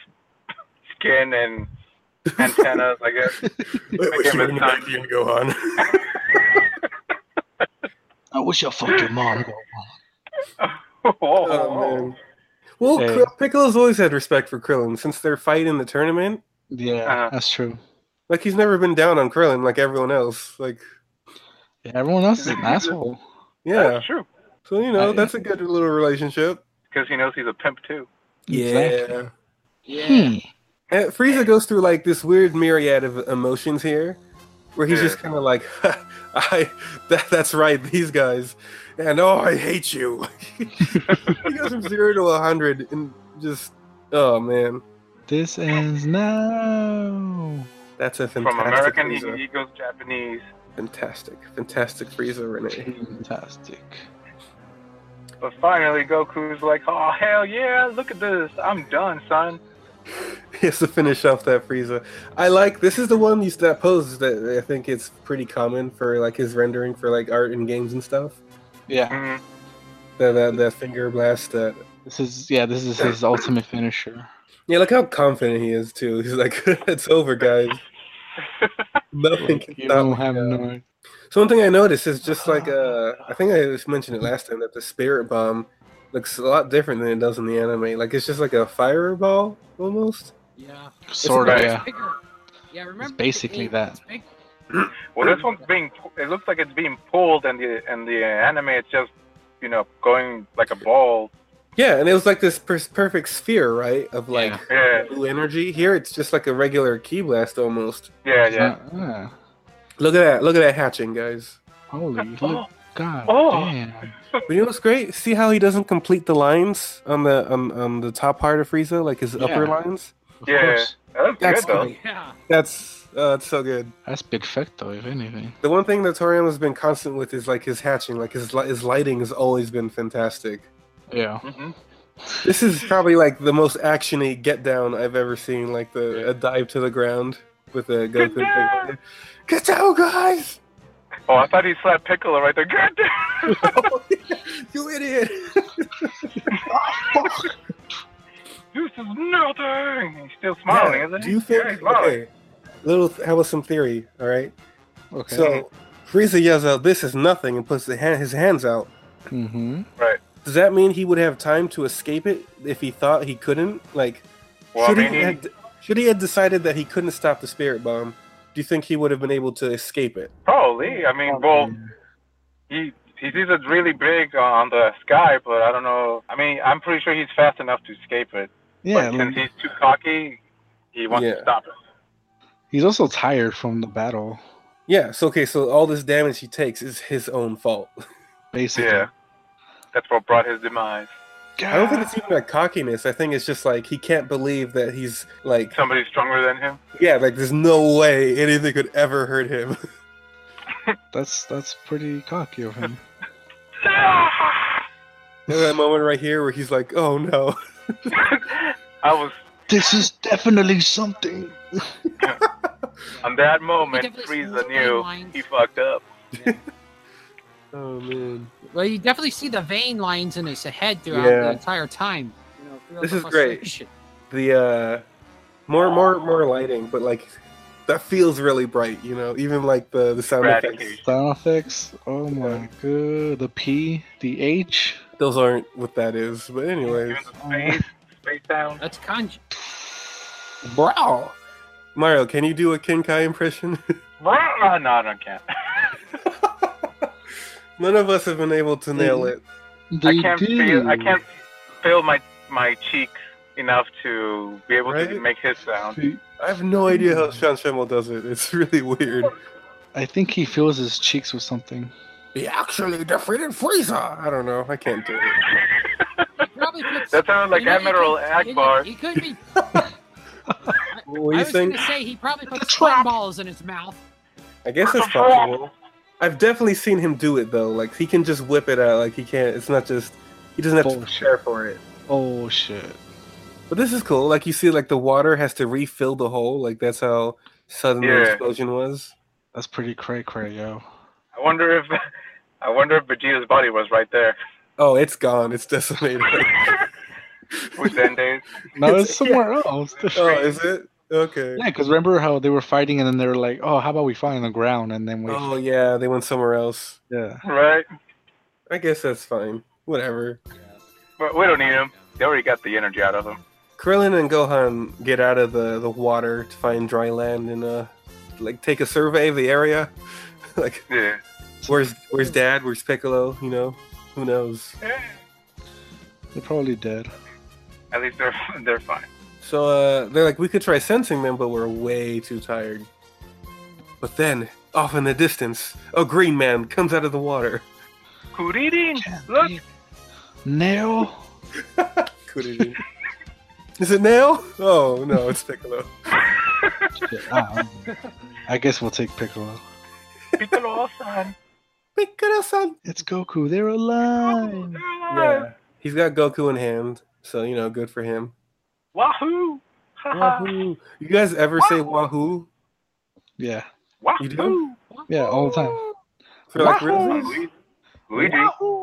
Speaker 3: skin and antennas, I guess. wish you were an
Speaker 1: Indian Gohan.
Speaker 2: I wish I fucked your mom. Gohan.
Speaker 3: Whoa.
Speaker 1: Oh man. Well,
Speaker 2: Hey.
Speaker 1: Kri- Piccolo's always had respect for Krillin since their fight in the tournament.
Speaker 2: Yeah,
Speaker 3: Uh-huh.
Speaker 2: that's true.
Speaker 1: Like he's never been down on Krillin like everyone else. Like
Speaker 2: Yeah, everyone else is an asshole.
Speaker 1: yeah,
Speaker 3: That's true.
Speaker 1: so you know
Speaker 2: I-
Speaker 1: that's a good little relationship.
Speaker 3: Because he knows he's a pimp too.
Speaker 2: Exactly.
Speaker 4: Yeah.
Speaker 2: Hmm.
Speaker 1: And Frieza goes through like this weird myriad of emotions here, where he's
Speaker 3: Yeah.
Speaker 1: just kind of like, I that, that's right, these guys, and oh, I hate you. he goes from zero to a hundred and just oh man,
Speaker 2: This ends now.
Speaker 1: that's a fantastic
Speaker 3: From American, he,
Speaker 1: Frieza.
Speaker 3: he goes Japanese.
Speaker 1: fantastic, fantastic Frieza Renee.
Speaker 2: Fantastic.
Speaker 3: But finally, Goku's like, oh, hell yeah, look at this. I'm done, son.
Speaker 1: He has to finish off that Frieza. I like this is the one you that pose that I think it's pretty common for like his rendering for like art and games and stuff.
Speaker 2: Yeah,
Speaker 3: Mhm.
Speaker 1: That that, that finger blast. That
Speaker 2: this is yeah, this is his ultimate finisher.
Speaker 1: yeah, look how confident he is too. He's like, it's over, guys. Nothing can
Speaker 2: You
Speaker 1: stop.
Speaker 2: don't
Speaker 1: me
Speaker 2: have
Speaker 1: now."
Speaker 2: no.
Speaker 1: So one thing I noticed is just like uh, I think I just mentioned it last time that the spirit bomb looks a lot different than it does in the anime. Like it's just like a fireball almost.
Speaker 4: Yeah.
Speaker 2: Sort of,
Speaker 3: about-
Speaker 2: yeah.
Speaker 4: Bigger. Yeah. Remember.
Speaker 2: basically
Speaker 4: it-
Speaker 2: that.
Speaker 4: it's big-
Speaker 3: Well, this one's being, pu- it looks like it's being pulled, and the, and the anime, it's just, you know, going like a ball.
Speaker 1: Yeah, and it was like this per- perfect sphere, right? Of like.
Speaker 4: Yeah.
Speaker 3: Yeah,
Speaker 1: blue energy. Here it's just like a regular key blast almost.
Speaker 3: yeah, yeah.
Speaker 2: Uh,
Speaker 1: Look at that. Look at that hatching, guys.
Speaker 2: holy look, god
Speaker 3: Oh.
Speaker 2: damn.
Speaker 1: But you know what's great? See how he doesn't complete the lines on the on, on the top part of Frieza, like his upper
Speaker 2: Yeah.
Speaker 1: lines?
Speaker 2: Of
Speaker 3: Yeah.
Speaker 2: course.
Speaker 3: That's,
Speaker 1: That's
Speaker 3: good, though.
Speaker 1: great.
Speaker 4: Yeah.
Speaker 1: That's uh, that's so good.
Speaker 2: That's big facto, if anything.
Speaker 1: The one thing that Toriyama's been constant with is like his hatching, like his li- his lighting has always been fantastic.
Speaker 2: Yeah.
Speaker 3: hmm
Speaker 1: This is probably like the most actiony get down I've ever seen, like the a dive to the ground with a Goku.
Speaker 3: down!
Speaker 1: Get down, guys!
Speaker 3: Oh, I thought he slapped Piccolo right there. God damn!
Speaker 1: you idiot!
Speaker 3: this is nothing! He's still smiling,
Speaker 1: Yeah,
Speaker 3: isn't he?
Speaker 1: Do you
Speaker 3: Yeah, he's
Speaker 1: think?
Speaker 3: smiling.
Speaker 1: Okay, little. How about some theory? All right.
Speaker 2: Okay.
Speaker 1: So Frieza yells out, "This is nothing," and puts the hand, his hands out.
Speaker 2: mm-hmm.
Speaker 1: Does that mean he would have time to escape it if he thought he couldn't? Like,
Speaker 3: Well, I
Speaker 1: should,
Speaker 3: mean,
Speaker 1: he
Speaker 3: he-
Speaker 1: had, should he have decided that he couldn't stop the spirit bomb? Do you think he would have been able to escape it?
Speaker 3: Probably. I mean, well, he he's either really big on the sky, but I don't know. I mean, I'm pretty sure he's fast enough to escape it.
Speaker 2: Yeah,
Speaker 3: but
Speaker 2: like,
Speaker 3: since he's too cocky, he wants
Speaker 1: Yeah.
Speaker 3: to stop it.
Speaker 2: he's also tired from the battle,
Speaker 1: Yeah. So okay. So all this damage he takes is his own fault.
Speaker 2: basically.
Speaker 3: Yeah. That's what brought his demise.
Speaker 1: I don't think it's even a cockiness. I think it's just like he can't believe that he's like,
Speaker 3: Somebody stronger than him.
Speaker 1: yeah, like there's no way anything could ever hurt him.
Speaker 2: that's that's pretty cocky of him.
Speaker 1: There's that moment right here where he's like, "Oh no!"
Speaker 3: I was
Speaker 2: this is definitely something.
Speaker 3: on that
Speaker 4: He
Speaker 3: moment.
Speaker 4: definitely sees
Speaker 3: Frieza
Speaker 4: the
Speaker 3: knew
Speaker 4: vein
Speaker 3: he
Speaker 4: lines.
Speaker 3: fucked up.
Speaker 1: Oh man,
Speaker 4: Well, you definitely see the vein lines in his head throughout
Speaker 1: Yeah.
Speaker 4: the entire time. You know, throughout
Speaker 1: This
Speaker 4: the
Speaker 1: is great.
Speaker 4: frustration.
Speaker 1: the uh, more more more lighting, but like that feels really bright. You know, even like the the sound effects.
Speaker 3: Eradication.
Speaker 2: Sound effects. Oh my god. The P, the H.
Speaker 1: Those aren't what that is, but anyways,
Speaker 3: Even the space, space sound.
Speaker 4: That's conj.
Speaker 1: bro. Mario, can you do a Kenkai impression?
Speaker 3: No, no, I can't.
Speaker 1: None of us have been able to nail it.
Speaker 3: I can't feel. I can't feel my my cheek enough to be able
Speaker 1: Right?
Speaker 3: to make his sound.
Speaker 1: I have no idea how Sean Schimmel does it. It's really weird.
Speaker 2: I think he feels his cheeks with something.
Speaker 1: He actually defeated Frieza. I don't know. I can't do it.
Speaker 4: Probably puts-
Speaker 3: That sounds like
Speaker 4: you know, he
Speaker 3: Admiral
Speaker 4: could-
Speaker 3: Akbar.
Speaker 4: He could, he could be.
Speaker 1: What do
Speaker 4: I
Speaker 1: you
Speaker 4: was
Speaker 1: think?
Speaker 4: gonna say he probably puts
Speaker 2: trap.
Speaker 4: twin balls in his mouth.
Speaker 1: I guess it's possible. I've definitely seen him do it though. Like he can just whip it out. Like he can't. It's not just. He doesn't have to
Speaker 2: Bullshit.
Speaker 1: prepare for it.
Speaker 2: Oh shit!
Speaker 1: But this is cool. Like you see, like the water has to refill the hole. Like that's how sudden the
Speaker 3: Yeah.
Speaker 1: explosion was.
Speaker 2: That's pretty cray cray, yo.
Speaker 3: I wonder if I wonder if Vegeta's body was right there
Speaker 1: Oh, it's gone. It's decimated.
Speaker 3: with Zendays.
Speaker 2: No, it's somewhere else.
Speaker 1: oh, is it? Okay.
Speaker 2: Yeah, because remember how they were fighting and then they were like, "Oh, how about we fight on the ground?" And then we,
Speaker 1: Oh yeah, they went somewhere else.
Speaker 2: yeah,
Speaker 3: right?
Speaker 1: I guess that's fine. Whatever.
Speaker 3: But we don't need him. They already got the energy out of him.
Speaker 1: Krillin and Gohan get out of the, the water to find dry land and uh like take a survey of the area. like
Speaker 3: Yeah.
Speaker 1: where's where's Dad? Where's Piccolo? You know, who knows?
Speaker 2: they're probably dead.
Speaker 3: At least they're they're fine.
Speaker 1: So uh, they're like, we could try sensing them, but we're way too tired. But then, off in the distance, a green man comes out of the water.
Speaker 3: Kuririn, look,
Speaker 2: Nail.
Speaker 1: Kuririn. Is it Nail? Oh no, it's Piccolo.
Speaker 2: Shit, I don't know. I guess we'll take Piccolo.
Speaker 3: Piccolo-san.
Speaker 1: Piccolo-san.
Speaker 2: It's Goku. They're
Speaker 3: Oh,
Speaker 2: alive.
Speaker 3: they're alive.
Speaker 1: Yeah, he's got Goku in hand, so you know, good for him.
Speaker 3: Wahoo! Haha.
Speaker 1: Wahoo! You guys ever say Uh-huh. Wahoo?
Speaker 2: Yeah,
Speaker 1: You
Speaker 3: Wahoo!
Speaker 1: do?
Speaker 2: yeah, all the time.
Speaker 1: For like
Speaker 2: Wahoo!
Speaker 1: real?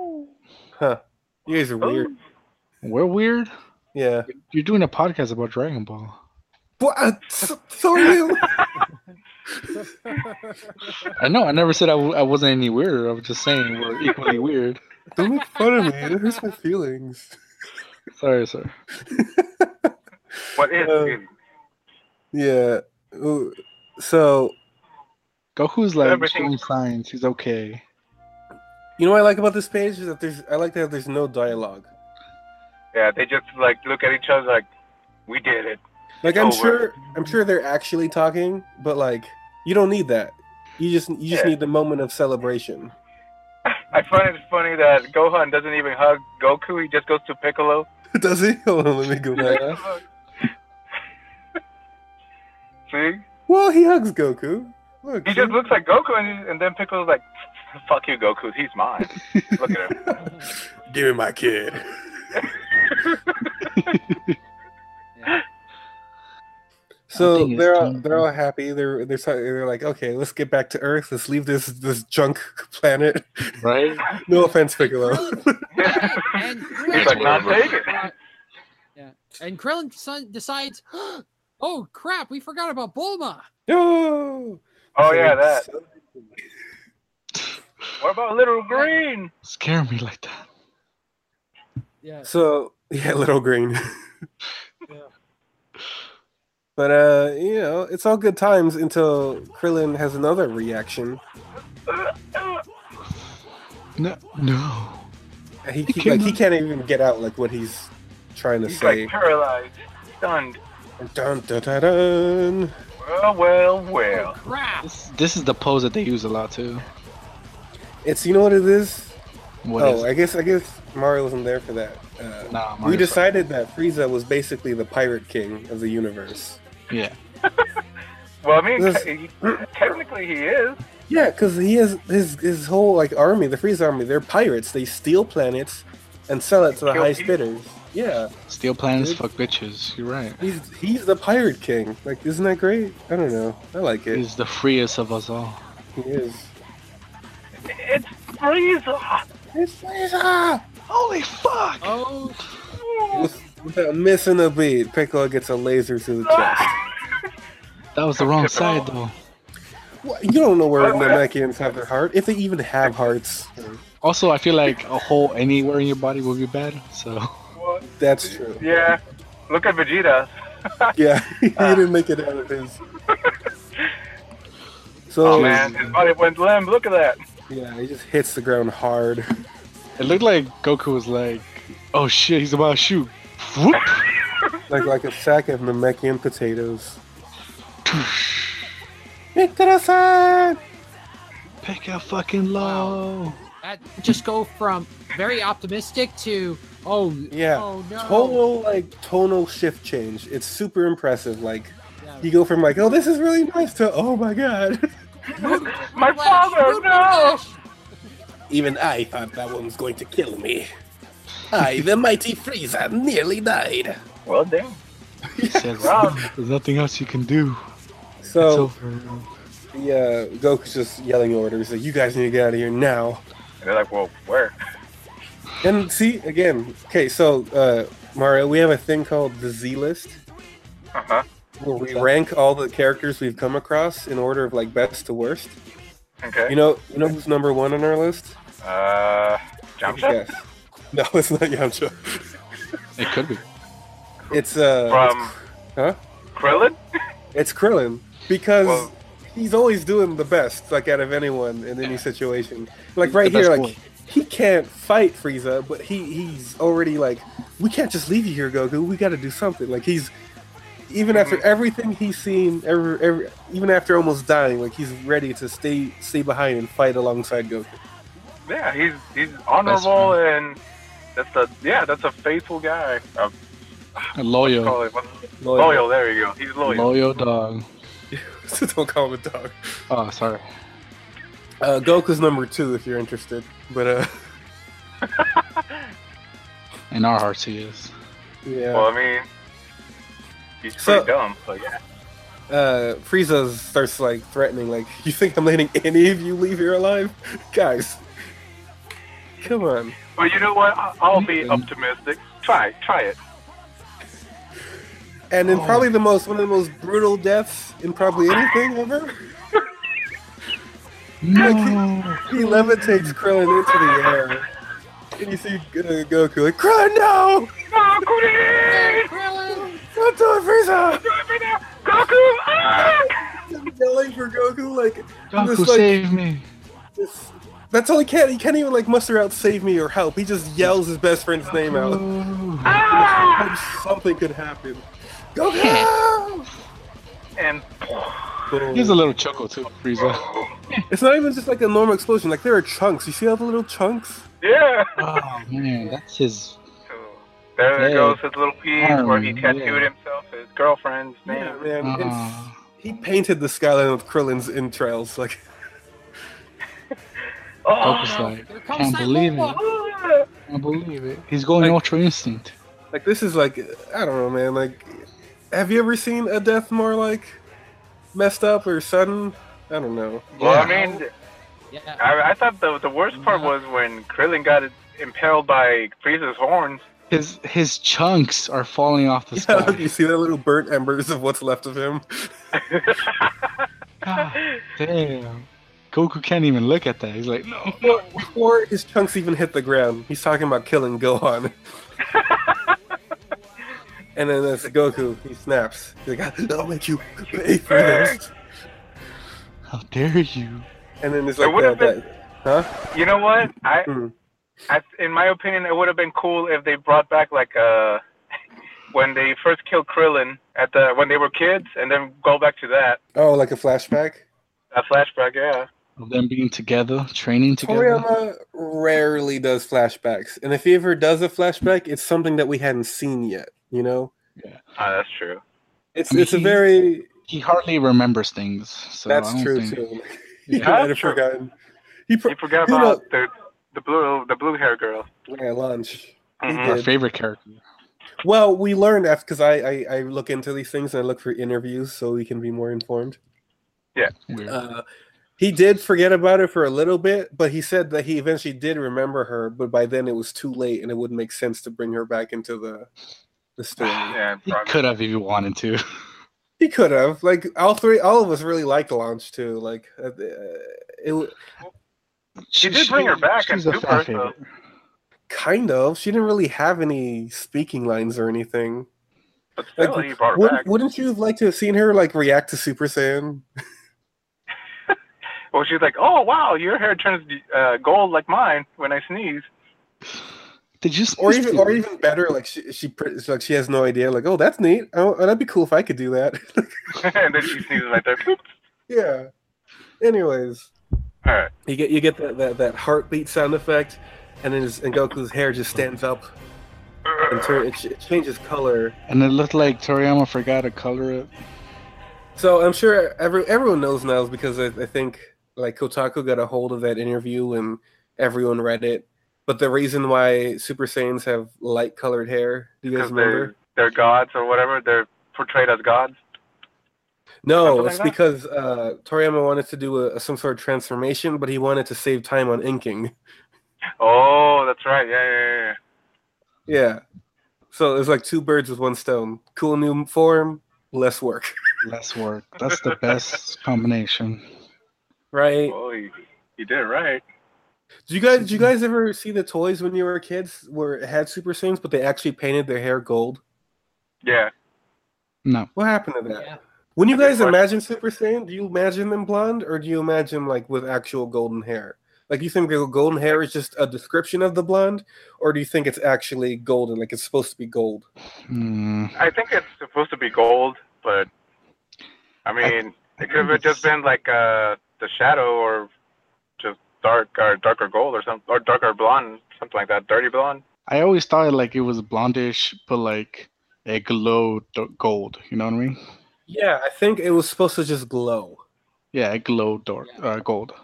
Speaker 3: Luigi.
Speaker 1: Huh? You guys are weird.
Speaker 2: We're weird.
Speaker 1: Yeah.
Speaker 2: You're doing a podcast about Dragon Ball.
Speaker 1: What? So, so are you?
Speaker 2: I know. I never said I w- I wasn't any weirder. I was just saying we're equally weird.
Speaker 1: Don't make fun of me. It hurts my feelings.
Speaker 2: Sorry, sir.
Speaker 3: What is
Speaker 1: Uh,
Speaker 3: it?
Speaker 1: Yeah. Ooh, So
Speaker 2: Goku's like
Speaker 3: Everything-
Speaker 2: showing signs. He's okay.
Speaker 1: you know what I like about this page is that there's I like that there's no dialogue.
Speaker 3: Yeah, they just like look at each other like, we did it.
Speaker 1: Like I'm
Speaker 3: Over.
Speaker 1: sure I'm sure they're actually talking, but like you don't need that. You just you just
Speaker 3: Yeah.
Speaker 1: need the moment of celebration.
Speaker 3: I find it funny that Gohan doesn't even hug Goku. He just goes to Piccolo.
Speaker 1: Does he? Hold on, let me go back.
Speaker 3: See,
Speaker 1: Well, he hugs Goku. Look,
Speaker 3: he just looks like Goku, and, and then Piccolo's like, "Fuck you, Goku. He's mine." Look at him.
Speaker 1: give me my kid. So
Speaker 2: thing is,
Speaker 1: they're all,
Speaker 2: Tom-
Speaker 1: they're all happy. They're they're so- they're like, okay, let's get back to Earth. Let's leave this this junk planet.
Speaker 2: Right?
Speaker 1: No offense, Piccolo.
Speaker 4: And
Speaker 3: He's
Speaker 4: Krillin,
Speaker 3: like, "Not take it."
Speaker 4: yeah. And Krillin son- decides, oh crap, we forgot about Bulma.
Speaker 1: No.
Speaker 3: Oh yeah, that. What about Little Green?
Speaker 2: Scare me like that.
Speaker 4: Yeah.
Speaker 1: So yeah, little green.
Speaker 4: Yeah.
Speaker 1: But uh, you know, it's all good times until Krillin has another reaction.
Speaker 2: No, no.
Speaker 1: And He,
Speaker 2: He
Speaker 1: he like he
Speaker 2: cannot-
Speaker 1: can't even get out like what he's trying to
Speaker 3: He's
Speaker 1: say.
Speaker 3: like paralyzed, stunned.
Speaker 1: Dun, dun, dun, dun.
Speaker 3: Well, well,
Speaker 4: Oh
Speaker 3: well.
Speaker 4: crap.
Speaker 2: This, this is the pose that they use a lot too.
Speaker 1: It's you know what it is.
Speaker 2: What
Speaker 1: oh,
Speaker 2: is
Speaker 1: I guess I guess Mario wasn't there for that. Uh,
Speaker 2: Nah,
Speaker 1: we
Speaker 2: Mario's
Speaker 1: decided that Frieza was basically the pirate king of the universe.
Speaker 2: Yeah.
Speaker 3: Well, I mean,
Speaker 1: This-
Speaker 3: te- technically he is.
Speaker 1: Yeah, because he has his his whole like army, the Frieza army. They're pirates. They steal planets and sell it to the
Speaker 3: Kill
Speaker 1: highest
Speaker 3: people.
Speaker 1: bidders. Yeah,
Speaker 2: Steel plans,
Speaker 1: Dude.
Speaker 2: fuck bitches. You're right.
Speaker 1: he's he's the pirate king. Like, isn't that great? I don't know. I like it.
Speaker 2: He's the freest of us all.
Speaker 1: He is.
Speaker 3: It's Frieza.
Speaker 1: It's Frieza.
Speaker 2: Holy fuck!
Speaker 4: Oh,
Speaker 1: Without missing a beat, Piccolo gets a laser through the
Speaker 3: Ah!
Speaker 1: chest.
Speaker 2: That was the wrong
Speaker 3: Typical.
Speaker 2: side though.
Speaker 1: What? You don't know where
Speaker 3: Oh,
Speaker 1: Namekians have their heart, if they even have hearts.
Speaker 2: Also, I feel like a hole anywhere in your body would be bad. So
Speaker 3: What?
Speaker 1: That's true.
Speaker 3: Yeah. Look at Vegeta.
Speaker 1: Yeah, he
Speaker 3: Ah.
Speaker 1: didn't make it out of his. So
Speaker 3: Oh man, his body went limp. Look at that.
Speaker 1: yeah, he just hits the ground hard.
Speaker 2: it looked like Goku was like, "Oh shit, he's about to shoot." Whoop!
Speaker 1: like like a sack of Namekian potatoes. Mikuro-san!
Speaker 2: Pick a fucking low.
Speaker 4: That just go from very optimistic to oh
Speaker 1: Yeah.
Speaker 4: oh no
Speaker 1: Total like tonal shift change. It's super impressive. Like
Speaker 4: Yeah.
Speaker 1: you go from like, oh this is really nice to oh my god.
Speaker 3: My
Speaker 4: Flash,
Speaker 3: father, no!
Speaker 4: Flash.
Speaker 1: Even I thought that one was going to kill me. I, the mighty Frieza, nearly died.
Speaker 3: Well, damn.
Speaker 2: He says,
Speaker 3: Wow.
Speaker 2: There's nothing else you can do. It's
Speaker 1: So
Speaker 2: over.
Speaker 1: yeah, Goku's just yelling orders like you guys need to get out of here now.
Speaker 3: And they're like, well, where?
Speaker 1: And see again, okay, so uh, Mario, we have a thing called the Z list
Speaker 3: Uh huh.
Speaker 1: where we rank all the characters we've come across in order of like best to worst.
Speaker 3: Okay.
Speaker 1: You know, you know who's number one on our list?
Speaker 3: uh,
Speaker 1: Take a
Speaker 3: Jamsha?
Speaker 1: guess. No, it's not Yamcha.
Speaker 2: It could be.
Speaker 1: It's uh,
Speaker 3: From
Speaker 1: huh?
Speaker 3: Krillin?
Speaker 1: It's Krillin because
Speaker 3: Well-
Speaker 1: he's always doing the best, like out of anyone in any situation. Like right
Speaker 2: The best
Speaker 1: here, like
Speaker 2: boy.
Speaker 1: he can't fight Frieza, but he he's already like, we can't just leave you here, Goku. We got to do something. Like he's even after
Speaker 3: Mm-hmm.
Speaker 1: everything he's seen, every, every, even after almost dying, like he's ready to stay stay behind and fight alongside Goku.
Speaker 3: Yeah, he's he's honorable and that's a yeah, that's a faithful guy. Uh,
Speaker 2: A
Speaker 1: Oh.
Speaker 2: loyal.
Speaker 3: call it- Loyal, there you go. He's loyal.
Speaker 2: Loyal dog.
Speaker 1: Don't call him a dog.
Speaker 2: Oh, sorry.
Speaker 1: Uh, Goku's number two if you're interested, but uh,
Speaker 2: In our hearts, he is.
Speaker 1: yeah.
Speaker 3: Well, I mean, he's
Speaker 1: So-
Speaker 3: pretty dumb, so yeah.
Speaker 1: uh, Frieza starts like threatening, like, "You think I'm letting any of you leave here alive, guys? Come on."
Speaker 3: But you know what? I- I'll be
Speaker 2: Mhm.
Speaker 3: optimistic. Try, try it.
Speaker 1: And
Speaker 2: Oh.
Speaker 1: in probably the most one of the most brutal deaths in probably anything ever,
Speaker 2: No.
Speaker 1: he levitates Krillin into the air, and you see uh, Goku like, "Krillin, no!
Speaker 3: No, Krillin!
Speaker 1: Don't do it, Frieza!"
Speaker 3: Drive me now! Goku! Ah!
Speaker 1: Yelling for Goku, like, I'm
Speaker 2: Goku,
Speaker 1: just like,
Speaker 2: save me.
Speaker 1: this- that's all he can. He can't even like muster out "save me" or "help." He just yells his best friend's name out.
Speaker 2: Oh.
Speaker 1: Hope something could happen. Goku!
Speaker 3: And
Speaker 1: Boom.
Speaker 2: He's a little chuckle too, Frieza.
Speaker 1: It's not even just like a normal explosion. Like there are chunks. You see all the little chunks?
Speaker 3: yeah.
Speaker 2: Oh man, that's his.
Speaker 3: There
Speaker 2: Yeah.
Speaker 3: goes his little piece where he
Speaker 2: Arm,
Speaker 3: tattooed
Speaker 2: yeah.
Speaker 3: himself his girlfriend's
Speaker 1: Yeah,
Speaker 3: name.
Speaker 1: man. it's-
Speaker 2: Ah.
Speaker 1: he painted the skyline with Krillin's entrails. Like
Speaker 3: Oh,
Speaker 2: Goku's like,
Speaker 4: Here comes
Speaker 2: can't
Speaker 4: that
Speaker 2: believe it.
Speaker 4: robot.
Speaker 3: no.
Speaker 2: Can't believe it. He's going
Speaker 1: Like-
Speaker 2: Ultra Instinct.
Speaker 1: like this is like I don't know, man. Like have you ever seen a death more like messed up or sudden? I don't know.
Speaker 3: Well,
Speaker 2: Yeah.
Speaker 3: I mean,
Speaker 4: Yeah.
Speaker 3: I, I thought the the worst part was when Krillin got impaled by Frieza's horns.
Speaker 2: His his chunks are falling off the
Speaker 1: Yeah, look,
Speaker 2: sky.
Speaker 1: you see the little burnt embers of what's left of him.
Speaker 2: God damn. Goku can't even look at that. He's like, no,
Speaker 1: Before, before his chunks even hit the ground, he's talking about killing Gohan. and then it's Goku. He snaps. He's like, "I'll make you pay for this."
Speaker 2: how dare you?
Speaker 1: And then it's
Speaker 3: It
Speaker 1: like
Speaker 3: would've
Speaker 1: that, that- huh?
Speaker 3: You know what? I,
Speaker 1: Hmm.
Speaker 3: I in my opinion, it would have been cool if they brought back like uh when they first killed Krillin at the when they were kids, and then go back to that
Speaker 1: Oh, like a flashback.
Speaker 3: that flashback. Yeah.
Speaker 2: Of them being together, training together.
Speaker 1: Toriyama rarely does flashbacks, and if he ever does a flashback, it's something that we hadn't seen yet. You know,
Speaker 3: Ah, that's true.
Speaker 1: it's
Speaker 2: I mean,
Speaker 1: it's a
Speaker 2: he-
Speaker 1: very
Speaker 2: He hardly remembers things. So I
Speaker 1: that's
Speaker 2: don't
Speaker 1: true
Speaker 2: think...
Speaker 1: too. He
Speaker 2: Yeah.
Speaker 1: might have
Speaker 3: That's true.
Speaker 1: forgotten. He pro-
Speaker 3: You forgot
Speaker 1: You
Speaker 3: about the the blue the blue hair girl.
Speaker 1: yeah, lunch. He
Speaker 3: Mhm.
Speaker 2: My
Speaker 1: did.
Speaker 2: favorite character.
Speaker 1: Well, we learned after because I, I I look into these things and I look for interviews so we can be more informed.
Speaker 2: Weird.
Speaker 1: Uh, he did forget about it for a little bit, but he said that he eventually did remember her, but by then it was too late and it wouldn't make sense to bring her back into the the story.
Speaker 3: Yeah,
Speaker 2: he
Speaker 3: probably.
Speaker 2: could have if he wanted to.
Speaker 1: he could have. Like all three, all of us really liked Launch too. Like uh, uh, it w-
Speaker 2: She
Speaker 3: did bring her back
Speaker 2: she's a
Speaker 3: in Super,
Speaker 2: fan
Speaker 3: so-
Speaker 2: favorite.
Speaker 1: kind of. She didn't really have any speaking lines or anything.
Speaker 3: but
Speaker 1: Like,
Speaker 3: still, he brought her
Speaker 1: wouldn't,
Speaker 3: back.
Speaker 1: wouldn't you have liked to have seen her like react to Super Saiyan?
Speaker 3: Well, she's like, "Oh wow, your hair turns uh, gold like mine when I sneeze."
Speaker 2: Did you?
Speaker 1: Or even, or even better, like she, she, pr- it's like she has no idea. Like, oh, that's neat. Oh, that'd be cool if I could do that.
Speaker 3: and then she sneezes right there. Boop.
Speaker 1: yeah. Anyways,
Speaker 3: All right.
Speaker 1: you get you get that, that, that heartbeat sound effect, and then his, and Goku's hair just stands up and turn, it, ch- it changes color.
Speaker 2: And it looked like Toriyama forgot to color it.
Speaker 1: So I'm sure every, everyone knows Niles because I, I think like Kotaku got a hold of that interview and everyone read it. But the reason why Super Saiyans have light colored hair, do you guys
Speaker 3: Because
Speaker 1: remember?
Speaker 3: they're, they're gods or whatever. They're portrayed as gods.
Speaker 1: No,
Speaker 3: something
Speaker 1: it's
Speaker 3: like that?
Speaker 1: because uh, Toriyama wanted to do a, some sort of transformation, but he wanted to save time on inking.
Speaker 3: Oh, that's right. Yeah, yeah, yeah, yeah.
Speaker 1: Yeah. So it's like two birds with one stone. Cool new form, less work.
Speaker 2: Less work. That's the best combination.
Speaker 1: Right?
Speaker 3: Oh, you, you did right.
Speaker 1: Do you guys did you guys ever see the toys when you were kids where it had Super Saiyans, but they actually painted their hair gold?
Speaker 3: Yeah.
Speaker 2: No,
Speaker 1: What happened to that?
Speaker 4: Yeah.
Speaker 1: When you
Speaker 3: Good
Speaker 1: guys
Speaker 3: question.
Speaker 1: imagine Super Saiyan, do you imagine them blonde or do you imagine like with actual golden hair? Like you think the golden hair is just a description of the blonde, or do you think it's actually golden? Like it's supposed to be gold.
Speaker 2: Hmm.
Speaker 3: I think it's supposed to be gold, but I mean,
Speaker 2: I
Speaker 3: it could
Speaker 2: think
Speaker 3: have just
Speaker 2: it's-
Speaker 3: been like uh, the shadow or just dark or darker gold or something, or darker blonde, something like that. Dirty blonde.
Speaker 2: I always thought like it was blondish, but like it glowed d- gold. You know what I mean?
Speaker 1: Yeah, I think it was supposed to just glow.
Speaker 2: Yeah, it glowed dark
Speaker 4: Yeah.
Speaker 2: uh, gold.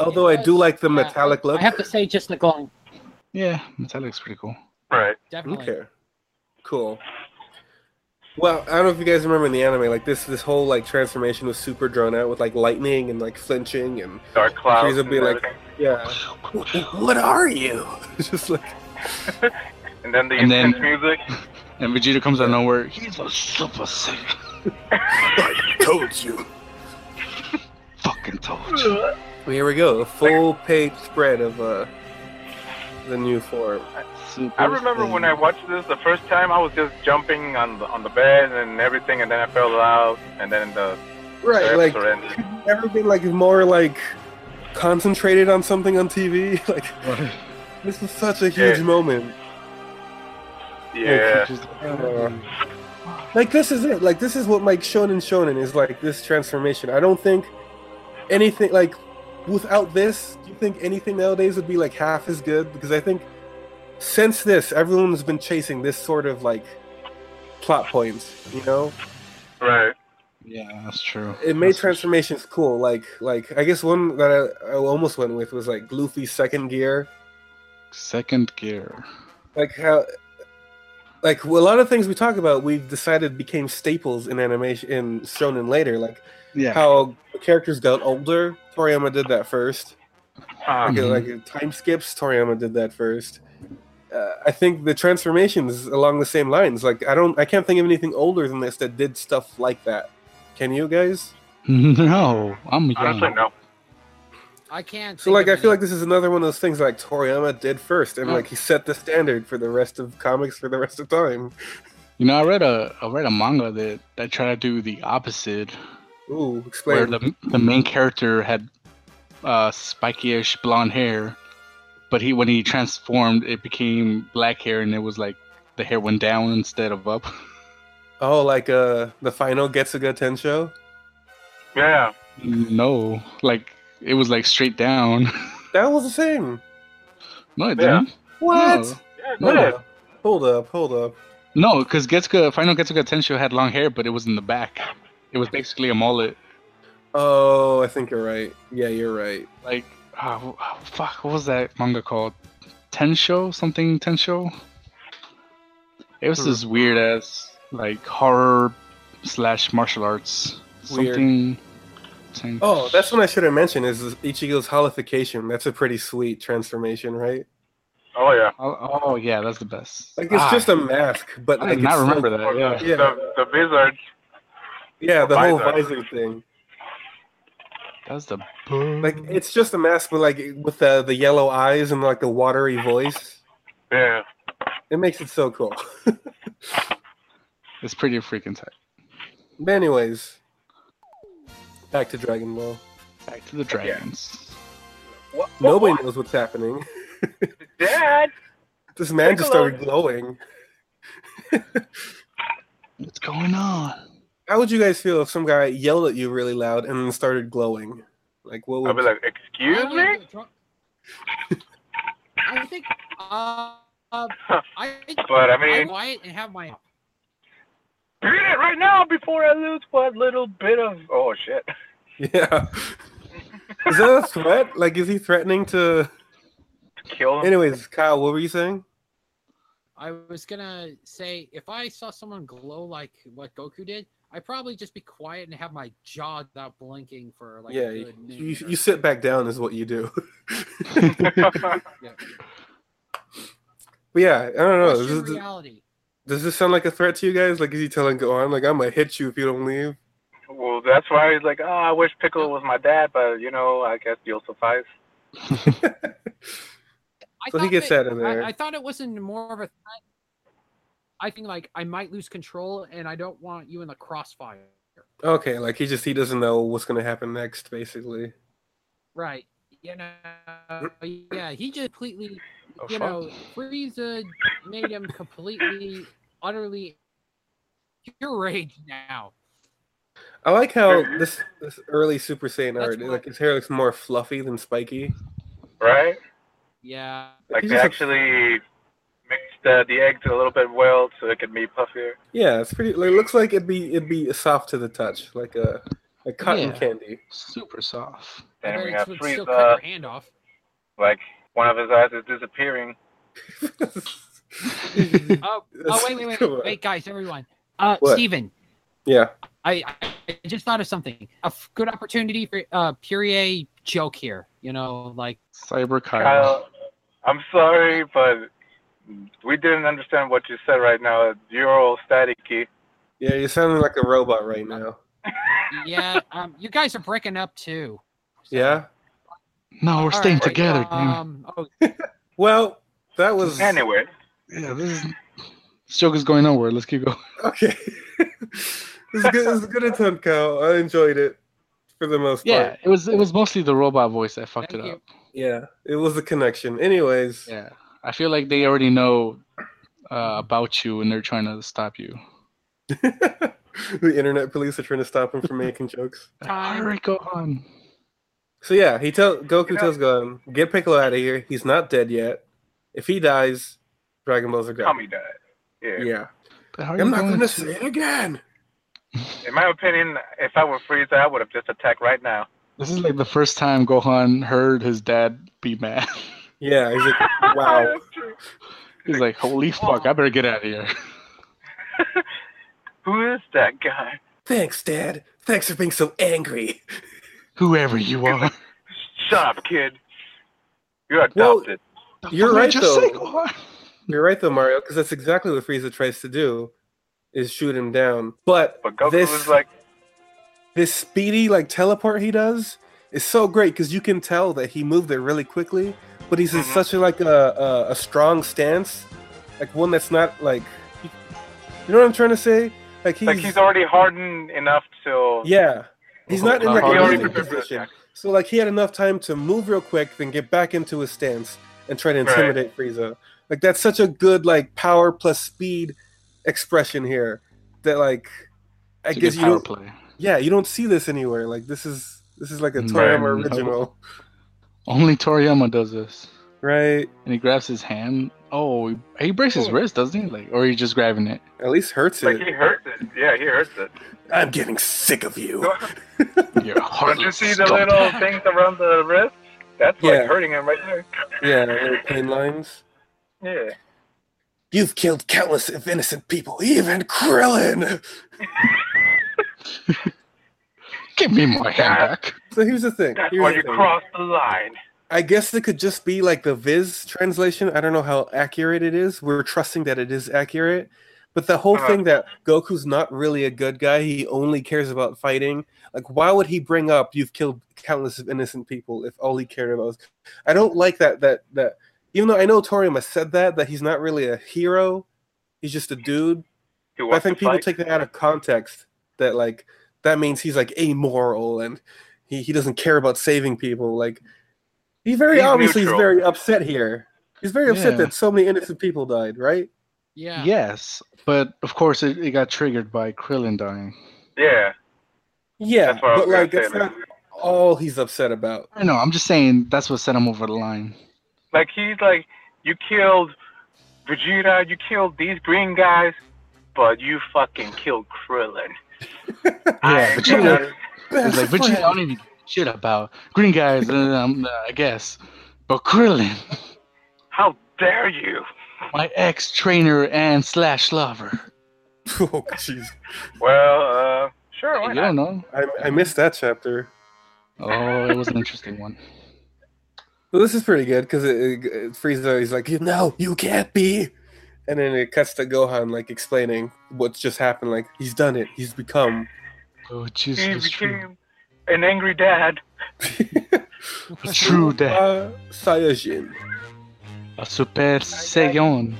Speaker 1: Although I do like the metallic look.
Speaker 4: I have to say, just the glowing.
Speaker 2: Yeah, metallic's pretty cool.
Speaker 3: Right.
Speaker 4: Definitely.
Speaker 1: Okay. Cool. Well, I don't know if you guys remember in the anime, like this this whole like transformation was super drawn out with like lightning and like flinching and
Speaker 3: Dark clouds.
Speaker 1: would be
Speaker 3: and
Speaker 1: like-
Speaker 3: everything.
Speaker 1: yeah. what are you? just like
Speaker 3: and then the
Speaker 2: and then-
Speaker 3: intense music.
Speaker 2: And Vegeta comes out of nowhere. He's a Super Saiyan.
Speaker 1: I told you.
Speaker 2: Fucking told you.
Speaker 1: Well, here we go. A full page spread of uh, the new form.
Speaker 2: Super
Speaker 3: I remember when I
Speaker 2: Saiyan.
Speaker 3: watched this the first time, I was just jumping on the, on the bed and everything, and then I fell out, and then the
Speaker 1: Right,
Speaker 3: the
Speaker 1: like
Speaker 3: episode ended.
Speaker 1: could you ever been like more like concentrated on something on TV? Like this was such a huge
Speaker 3: Yeah.
Speaker 1: moment.
Speaker 3: yeah,
Speaker 2: Just-
Speaker 1: Uh, Like this is it. Like this is what like Shonen Shonen is like this transformation. I don't think anything like without this, do you think anything nowadays would be like half as good? Because I think since this, everyone's been chasing this sort of like plot points, you know?
Speaker 3: right.
Speaker 2: yeah, that's true.
Speaker 1: it made
Speaker 2: That's for sure.
Speaker 1: transformations cool. Like like I guess one that I, I almost went with was like Luffy's second gear.
Speaker 2: Second gear.
Speaker 1: Like how like well, a lot of things we talk about we've decided became staples in animation in shonen later. Like
Speaker 2: Yeah.
Speaker 1: how the characters got older. Toriyama did that first.
Speaker 3: Uh,
Speaker 1: Like,
Speaker 2: Mhm.
Speaker 1: like time skips, Toriyama did that first. Uh, I think the transformations along the same lines. Like I don't, I can't think of anything older than this that did stuff like that. Can you guys?
Speaker 2: No, I'm young.
Speaker 3: honestly, no.
Speaker 4: I can't.
Speaker 1: So
Speaker 4: think
Speaker 1: like
Speaker 4: of
Speaker 1: I feel
Speaker 4: any.
Speaker 1: like this is another one of those things like Toriyama did first and
Speaker 4: Mm.
Speaker 1: like he set the standard for the rest of comics for the rest of time.
Speaker 2: You know, I read a I read a manga that that tried to do the opposite,
Speaker 1: Ooh,
Speaker 2: where
Speaker 1: explain.
Speaker 2: the the main character had uh, spiky-ish blonde hair, but he when he transformed, it became black hair, and it was like the hair went down instead of up.
Speaker 1: oh, like uh the final Getsuga Tensho?
Speaker 3: Yeah,
Speaker 2: no, like it was like straight down.
Speaker 1: That was the same.
Speaker 2: no, it
Speaker 3: Yeah.
Speaker 2: didn't. Hmm.
Speaker 1: What?
Speaker 3: yeah,
Speaker 1: Hold
Speaker 3: good.
Speaker 1: up. Hold up, hold up.
Speaker 2: No, because Getsuka Final Getsuka Tensho had long hair, but it was in the back. It was basically a mullet.
Speaker 1: Oh, I think you're right. Yeah, you're right.
Speaker 2: Like, oh, fuck, what was that manga called? Tensho something Tensho. It was this weird ass like horror slash martial arts
Speaker 1: Weird.
Speaker 2: something. something-
Speaker 1: Oh, that's what I should have mentioned is Ichigo's holification. That's a pretty sweet transformation, right?
Speaker 3: Oh yeah.
Speaker 2: oh, oh, yeah, that's the best.
Speaker 1: Like it's
Speaker 2: Ah,
Speaker 1: just a mask, but
Speaker 2: I
Speaker 1: like
Speaker 2: did not
Speaker 1: it's so-
Speaker 2: remember that. Yeah.
Speaker 1: Yeah,
Speaker 3: The, the wizard.
Speaker 1: yeah, the whole
Speaker 3: Visor.
Speaker 1: visor thing.
Speaker 2: That was the
Speaker 1: Like it's just a mask, but like with the the yellow eyes and like the watery voice,
Speaker 3: Yeah.
Speaker 1: it makes it so cool.
Speaker 2: it's pretty freaking tight.
Speaker 1: but anyways, back to Dragon Ball.
Speaker 2: Back to the dragons.
Speaker 1: Nobody knows what's happening.
Speaker 3: Oh, Dad.
Speaker 1: This man just
Speaker 3: Piccolo.
Speaker 1: started glowing.
Speaker 2: What's going on?
Speaker 1: How would you guys feel if some guy yelled at you really loud and then started glowing? Like what
Speaker 3: I'll
Speaker 1: would
Speaker 3: be like, excuse me?
Speaker 4: I think uh, uh I
Speaker 3: But I mean,
Speaker 4: I quiet and have my
Speaker 3: beat it right now before I lose what little bit of. Oh, shit.
Speaker 1: Yeah. is that a threat? Like is he threatening to
Speaker 3: Kill him.
Speaker 1: anyways, Kyle, what were you saying?
Speaker 4: I was gonna say if I saw someone glow like what Goku did, I'd probably just be quiet and have my jaw without blinking for like
Speaker 1: yeah,
Speaker 4: a
Speaker 1: you,
Speaker 4: good
Speaker 1: you,
Speaker 4: minute or
Speaker 1: you sit back down is what you do. But yeah, I don't know.
Speaker 4: Question
Speaker 1: Does this,
Speaker 4: reality.
Speaker 1: does this sound like a threat to you guys? Like is he telling Gohan like I'm gonna hit you if you don't leave?
Speaker 3: well, that's why he's like, oh, I wish Piccolo was my dad, but, you know, I guess you'll suffice.
Speaker 4: I
Speaker 1: So he
Speaker 4: thought
Speaker 1: gets
Speaker 4: that-
Speaker 1: that in there.
Speaker 4: I, I thought it wasn't more of a threat. I think like I might lose control and I don't want you in the crossfire.
Speaker 1: Okay, like he just he doesn't know what's gonna happen next, basically.
Speaker 4: Right. You know yeah, he just completely
Speaker 3: Oh,
Speaker 4: you
Speaker 3: fuck.
Speaker 4: know, Frieza made him completely utterly pure rage now.
Speaker 1: I like how this this early Super Saiyan
Speaker 4: That's
Speaker 1: art,
Speaker 4: why-
Speaker 1: like his hair looks more fluffy than spiky.
Speaker 3: Right?
Speaker 4: Yeah.
Speaker 3: Like,
Speaker 1: He's
Speaker 3: they
Speaker 1: just a-
Speaker 3: actually mixed uh, the eggs a little bit well so it could be puffier.
Speaker 1: yeah, it's pretty. Like, it looks like it'd be it'd be soft to the touch, like a like cotton
Speaker 2: Yeah.
Speaker 1: candy.
Speaker 2: Super soft.
Speaker 4: I
Speaker 3: Then
Speaker 4: bet
Speaker 3: we
Speaker 4: it
Speaker 3: have
Speaker 4: would still cut
Speaker 3: Frieza.
Speaker 4: your hand off.
Speaker 3: Like, one of his eyes is disappearing.
Speaker 4: Oh, oh wait, wait,
Speaker 1: Come on.
Speaker 4: wait, wait, guys, everyone. Uh,
Speaker 1: What?
Speaker 4: Steven,
Speaker 1: yeah.
Speaker 4: I, I just thought of something. A f- good opportunity for uh Purier joke here. You know, like
Speaker 2: Cyber Kyle.
Speaker 3: Kyle, I'm sorry, but we didn't understand what you said right now. You're all staticky.
Speaker 1: Yeah, you're sounding like a robot right now.
Speaker 4: yeah, um, you guys are breaking up too. So-
Speaker 1: Yeah.
Speaker 2: No, we're
Speaker 4: All
Speaker 2: staying
Speaker 4: right,
Speaker 2: together. damn it.
Speaker 4: Um, oh,
Speaker 1: Well, that was
Speaker 3: Anyway,
Speaker 2: Yeah, this is this joke is going nowhere. Let's keep going.
Speaker 1: okay. this is good. This is a good attempt, Kyle. I enjoyed it for the most
Speaker 2: Yeah,
Speaker 1: part.
Speaker 2: it was it was mostly the robot voice that fucked
Speaker 4: Thank
Speaker 2: it
Speaker 4: you.
Speaker 2: up.
Speaker 1: Yeah, it was a connection. Anyways,
Speaker 2: Yeah, I feel like they already know uh, about you and they're trying to stop you.
Speaker 1: the internet police are trying to stop him from making jokes.
Speaker 4: time.
Speaker 2: Alright, go on.
Speaker 1: So yeah, he tell Goku
Speaker 3: You know-
Speaker 1: tells Gon, get Piccolo out of here. He's not dead yet. If he dies, Dragon Balls are gone.
Speaker 3: Tommy died. Yeah.
Speaker 1: Yeah.
Speaker 2: But how are
Speaker 1: I'm
Speaker 2: you
Speaker 1: not
Speaker 2: going
Speaker 1: gonna
Speaker 2: to-
Speaker 1: say it again.
Speaker 3: In my opinion, if I were Frieza, I would have just attacked right now.
Speaker 2: This is like the first time Gohan heard his dad be mad.
Speaker 1: Yeah, he's like, wow.
Speaker 3: That's true.
Speaker 2: He's like, holy fuck, I better get out of here.
Speaker 3: Who is that guy?
Speaker 1: Thanks, Dad. Thanks for being so angry.
Speaker 2: Whoever you are.
Speaker 3: Shut up, kid. You're
Speaker 1: Well-
Speaker 3: adopted.
Speaker 1: You're
Speaker 2: Fuck, I
Speaker 1: right,
Speaker 2: just said
Speaker 1: though.
Speaker 2: Gohan.
Speaker 1: You're right though, Mario, because that's exactly what Frieza tries to do, is shoot him down. But,
Speaker 3: but Goku
Speaker 1: this
Speaker 3: was like,
Speaker 1: this speedy like teleport he does is so great because you can tell that he moved it really quickly, but he's in
Speaker 3: Mhm.
Speaker 1: such a like a, a a strong stance, like one that's not like, you know what I'm trying to say? Like he's,
Speaker 3: like he's already hardened enough to.
Speaker 1: yeah, he's not in like
Speaker 2: He
Speaker 1: a
Speaker 2: already
Speaker 1: moving
Speaker 3: prepared for the
Speaker 1: position.
Speaker 3: attack.
Speaker 1: So like he had enough time to move real quick, then get back into his stance and try to
Speaker 3: Right.
Speaker 1: intimidate Frieza. Like that's such a good like power plus speed expression here that like I
Speaker 2: It's a
Speaker 1: guess
Speaker 2: good
Speaker 1: you
Speaker 2: power
Speaker 1: don't
Speaker 2: play.
Speaker 1: yeah, you don't see this anywhere. Like this is this is like a
Speaker 2: Right.
Speaker 1: Toriyama
Speaker 2: No.
Speaker 1: original,
Speaker 2: Only Toriyama does this.
Speaker 1: right?
Speaker 2: And he grabs his hand. Oh, he, he breaks his wrist, doesn't he? Like, or he's just grabbing it.
Speaker 1: At least hurts
Speaker 3: Like
Speaker 1: it.
Speaker 3: he hurts it. Yeah, he hurts it.
Speaker 1: I'm getting sick of you.
Speaker 2: You're
Speaker 3: Don't
Speaker 2: hard.
Speaker 3: you see the little things around the wrist? That's
Speaker 1: Yeah.
Speaker 3: like hurting him right there.
Speaker 1: Yeah, little pain lines.
Speaker 3: Yeah.
Speaker 1: You've killed countless of innocent people, even Krillin.
Speaker 2: Give me my hand back.
Speaker 1: So here's the thing.
Speaker 3: That's
Speaker 1: here's
Speaker 3: why
Speaker 1: the
Speaker 3: you
Speaker 1: thing.
Speaker 3: cross the line.
Speaker 1: I guess it could just be like the Viz translation. I don't know how accurate it is. We're trusting that it is accurate. But the whole
Speaker 3: Uh-huh.
Speaker 1: thing that Goku's not really a good guy, he only cares about fighting. Like, why would he bring up you've killed countless of innocent people if all he cared about was. I don't like that. That, that, even though I know Toriyama said that, that he's not really a hero, he's just a dude.
Speaker 3: He
Speaker 1: But I
Speaker 3: wants
Speaker 1: think
Speaker 3: to
Speaker 1: people
Speaker 3: fight.
Speaker 1: take that out of context. That like that means he's like amoral and he, he doesn't care about saving people. Like he very
Speaker 3: He's
Speaker 1: obviously
Speaker 3: neutral.
Speaker 1: is very upset here. He's very upset
Speaker 2: Yeah.
Speaker 1: that so many innocent people died, right?
Speaker 4: Yeah.
Speaker 2: Yes, but of course it, it got triggered by Krillin dying.
Speaker 3: Yeah,
Speaker 1: Yeah,
Speaker 3: that's what I was
Speaker 1: but like
Speaker 3: gonna
Speaker 1: that's
Speaker 3: say.
Speaker 1: not
Speaker 3: Like,
Speaker 1: all he's upset about.
Speaker 2: I know. I'm just saying that's what sent him over the line.
Speaker 3: like he's like, you killed Vegeta, you killed these green guys, but you fucking killed Krillin. I-
Speaker 2: Vegeta- It's
Speaker 1: Best
Speaker 2: like, but you
Speaker 1: friend.
Speaker 2: don't even give a shit about green guys. uh, um, uh, I guess, but Krillin,
Speaker 3: How dare you?
Speaker 2: my ex trainer and slash lover.
Speaker 1: Oh, jeez.
Speaker 3: Well, uh, sure, why
Speaker 2: You
Speaker 3: not?
Speaker 2: don't know.
Speaker 1: I, I missed that chapter.
Speaker 2: Oh, it was an interesting one.
Speaker 1: Well, this is pretty good because it, it, it Frieza he's like, "No, you can't be," and then it cuts to Gohan like explaining what's just happened. Like he's done it. He's become.
Speaker 2: Oh, Jesus,
Speaker 3: He
Speaker 2: the true,
Speaker 3: became an angry dad.
Speaker 2: the true dad,
Speaker 1: Uh, Saiyajin.
Speaker 2: a super Saiyan.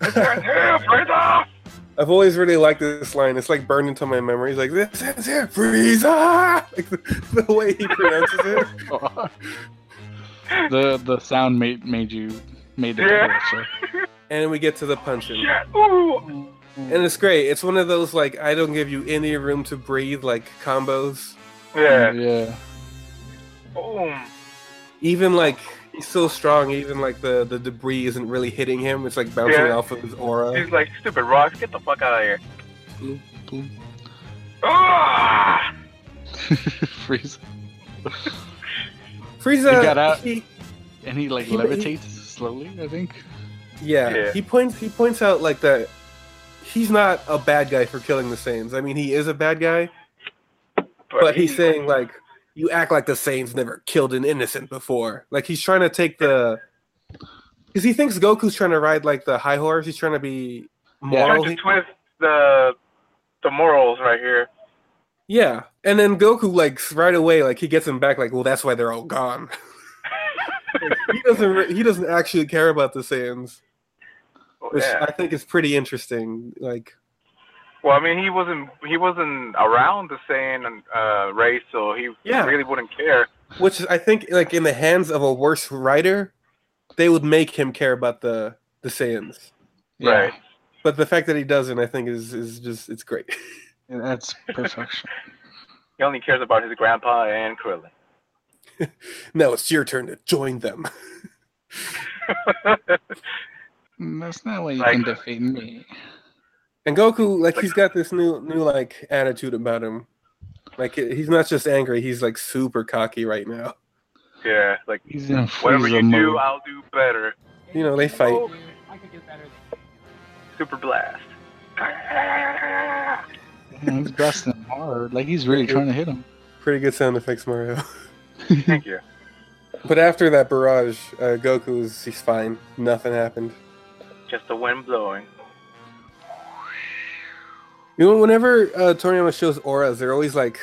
Speaker 3: Yeah, Frieza!
Speaker 1: I've always really liked this line. It's like burned into my memory. He's like, "This is it, Frieza!" Like the, the way he pronounces it.
Speaker 2: the the sound made made you made the
Speaker 3: Yeah.
Speaker 2: yeah.
Speaker 1: And we get to the punching.
Speaker 3: Shit! Ooh!
Speaker 1: And it's great. It's one of those like I don't give you any room to breathe like combos.
Speaker 3: Yeah.
Speaker 2: yeah.
Speaker 3: Boom.
Speaker 1: Even like he's so strong. Even like the the debris isn't really hitting him. It's like bouncing
Speaker 3: Yeah.
Speaker 1: off of his aura.
Speaker 3: He's like, stupid rocks, get the fuck out of here.
Speaker 2: Boom, boom.
Speaker 3: Ah!
Speaker 2: Freeze.
Speaker 1: Frieza.
Speaker 2: He got out.
Speaker 1: he-
Speaker 2: And he like
Speaker 1: He- he-
Speaker 2: levitates slowly, I think.
Speaker 1: yeah,
Speaker 3: Yeah.
Speaker 1: He points. He points out like that. He's not a bad guy for killing the Saiyans. I mean, he is a bad guy, but, he's saying like, you act like the Saiyans never killed an innocent before. Like he's trying to take the, because he thinks Goku's trying to ride like the high horse. He's trying to be
Speaker 3: Trying
Speaker 1: moral.
Speaker 3: to twist the the morals right here.
Speaker 1: Yeah, and then Goku like right away like he gets him back like well that's why they're all gone. Like, he doesn't re- he doesn't actually care about the Saiyans,
Speaker 3: Well,
Speaker 1: which
Speaker 3: yeah.
Speaker 1: I think is pretty interesting. Like
Speaker 3: Well, I mean, he wasn't he wasn't around the Saiyan uh, race, so he
Speaker 1: Yeah.
Speaker 3: really wouldn't care.
Speaker 1: which I think like in the hands of a worse writer, they would make him care about the the Saiyans.
Speaker 2: Yeah.
Speaker 3: Right.
Speaker 1: But the fact that he doesn't, I think, is is just it's great.
Speaker 2: Yeah, that's perfection.
Speaker 3: He only cares about his grandpa and Krillin.
Speaker 1: now it's your turn to join them.
Speaker 2: Mm, that's not why you
Speaker 3: Like-
Speaker 2: can defeat me.
Speaker 1: And Goku like he's got this new new like attitude about him. Like he's not just angry; he's like super cocky right now.
Speaker 3: yeah, like
Speaker 2: He's in
Speaker 3: whatever
Speaker 2: freezer
Speaker 3: you do,
Speaker 2: mode.
Speaker 3: I'll do better.
Speaker 1: You know they fight.
Speaker 4: I could do better.
Speaker 3: Super blast.
Speaker 2: Yeah, He's busting him hard. Like he's really trying to hit him.
Speaker 1: Pretty good sound effects, Mario.
Speaker 3: Thank you.
Speaker 1: But after that barrage, uh, Goku's he's fine. Nothing happened.
Speaker 3: Just the wind blowing.
Speaker 1: You know, whenever uh, Toriyama shows auras, they're always like,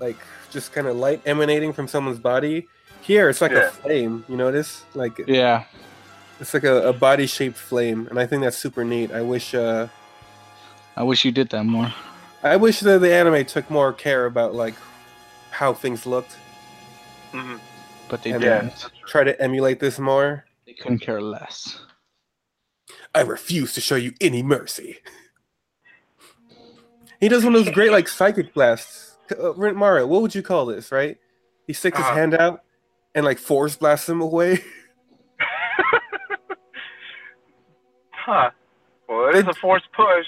Speaker 1: like just kind of light emanating from someone's body. Here, it's like
Speaker 3: Yeah.
Speaker 1: a flame. You notice, like
Speaker 2: Yeah.
Speaker 1: it's like a, a body-shaped flame, and I think that's super neat. I wish, uh,
Speaker 2: I wish you did that more.
Speaker 1: I wish that the anime took more care about like how things looked.
Speaker 3: hmm
Speaker 2: But they
Speaker 1: Yeah.
Speaker 2: didn't.
Speaker 1: Try to emulate this more.
Speaker 2: They couldn't care less.
Speaker 1: I refuse to show you any mercy. He does one of those great like psychic blasts. Uh, Ren- Mario, what would you call this? Right? He sticks his
Speaker 3: Uh-huh.
Speaker 1: hand out and like force blasts him away.
Speaker 3: Huh. Well, it is a forced push.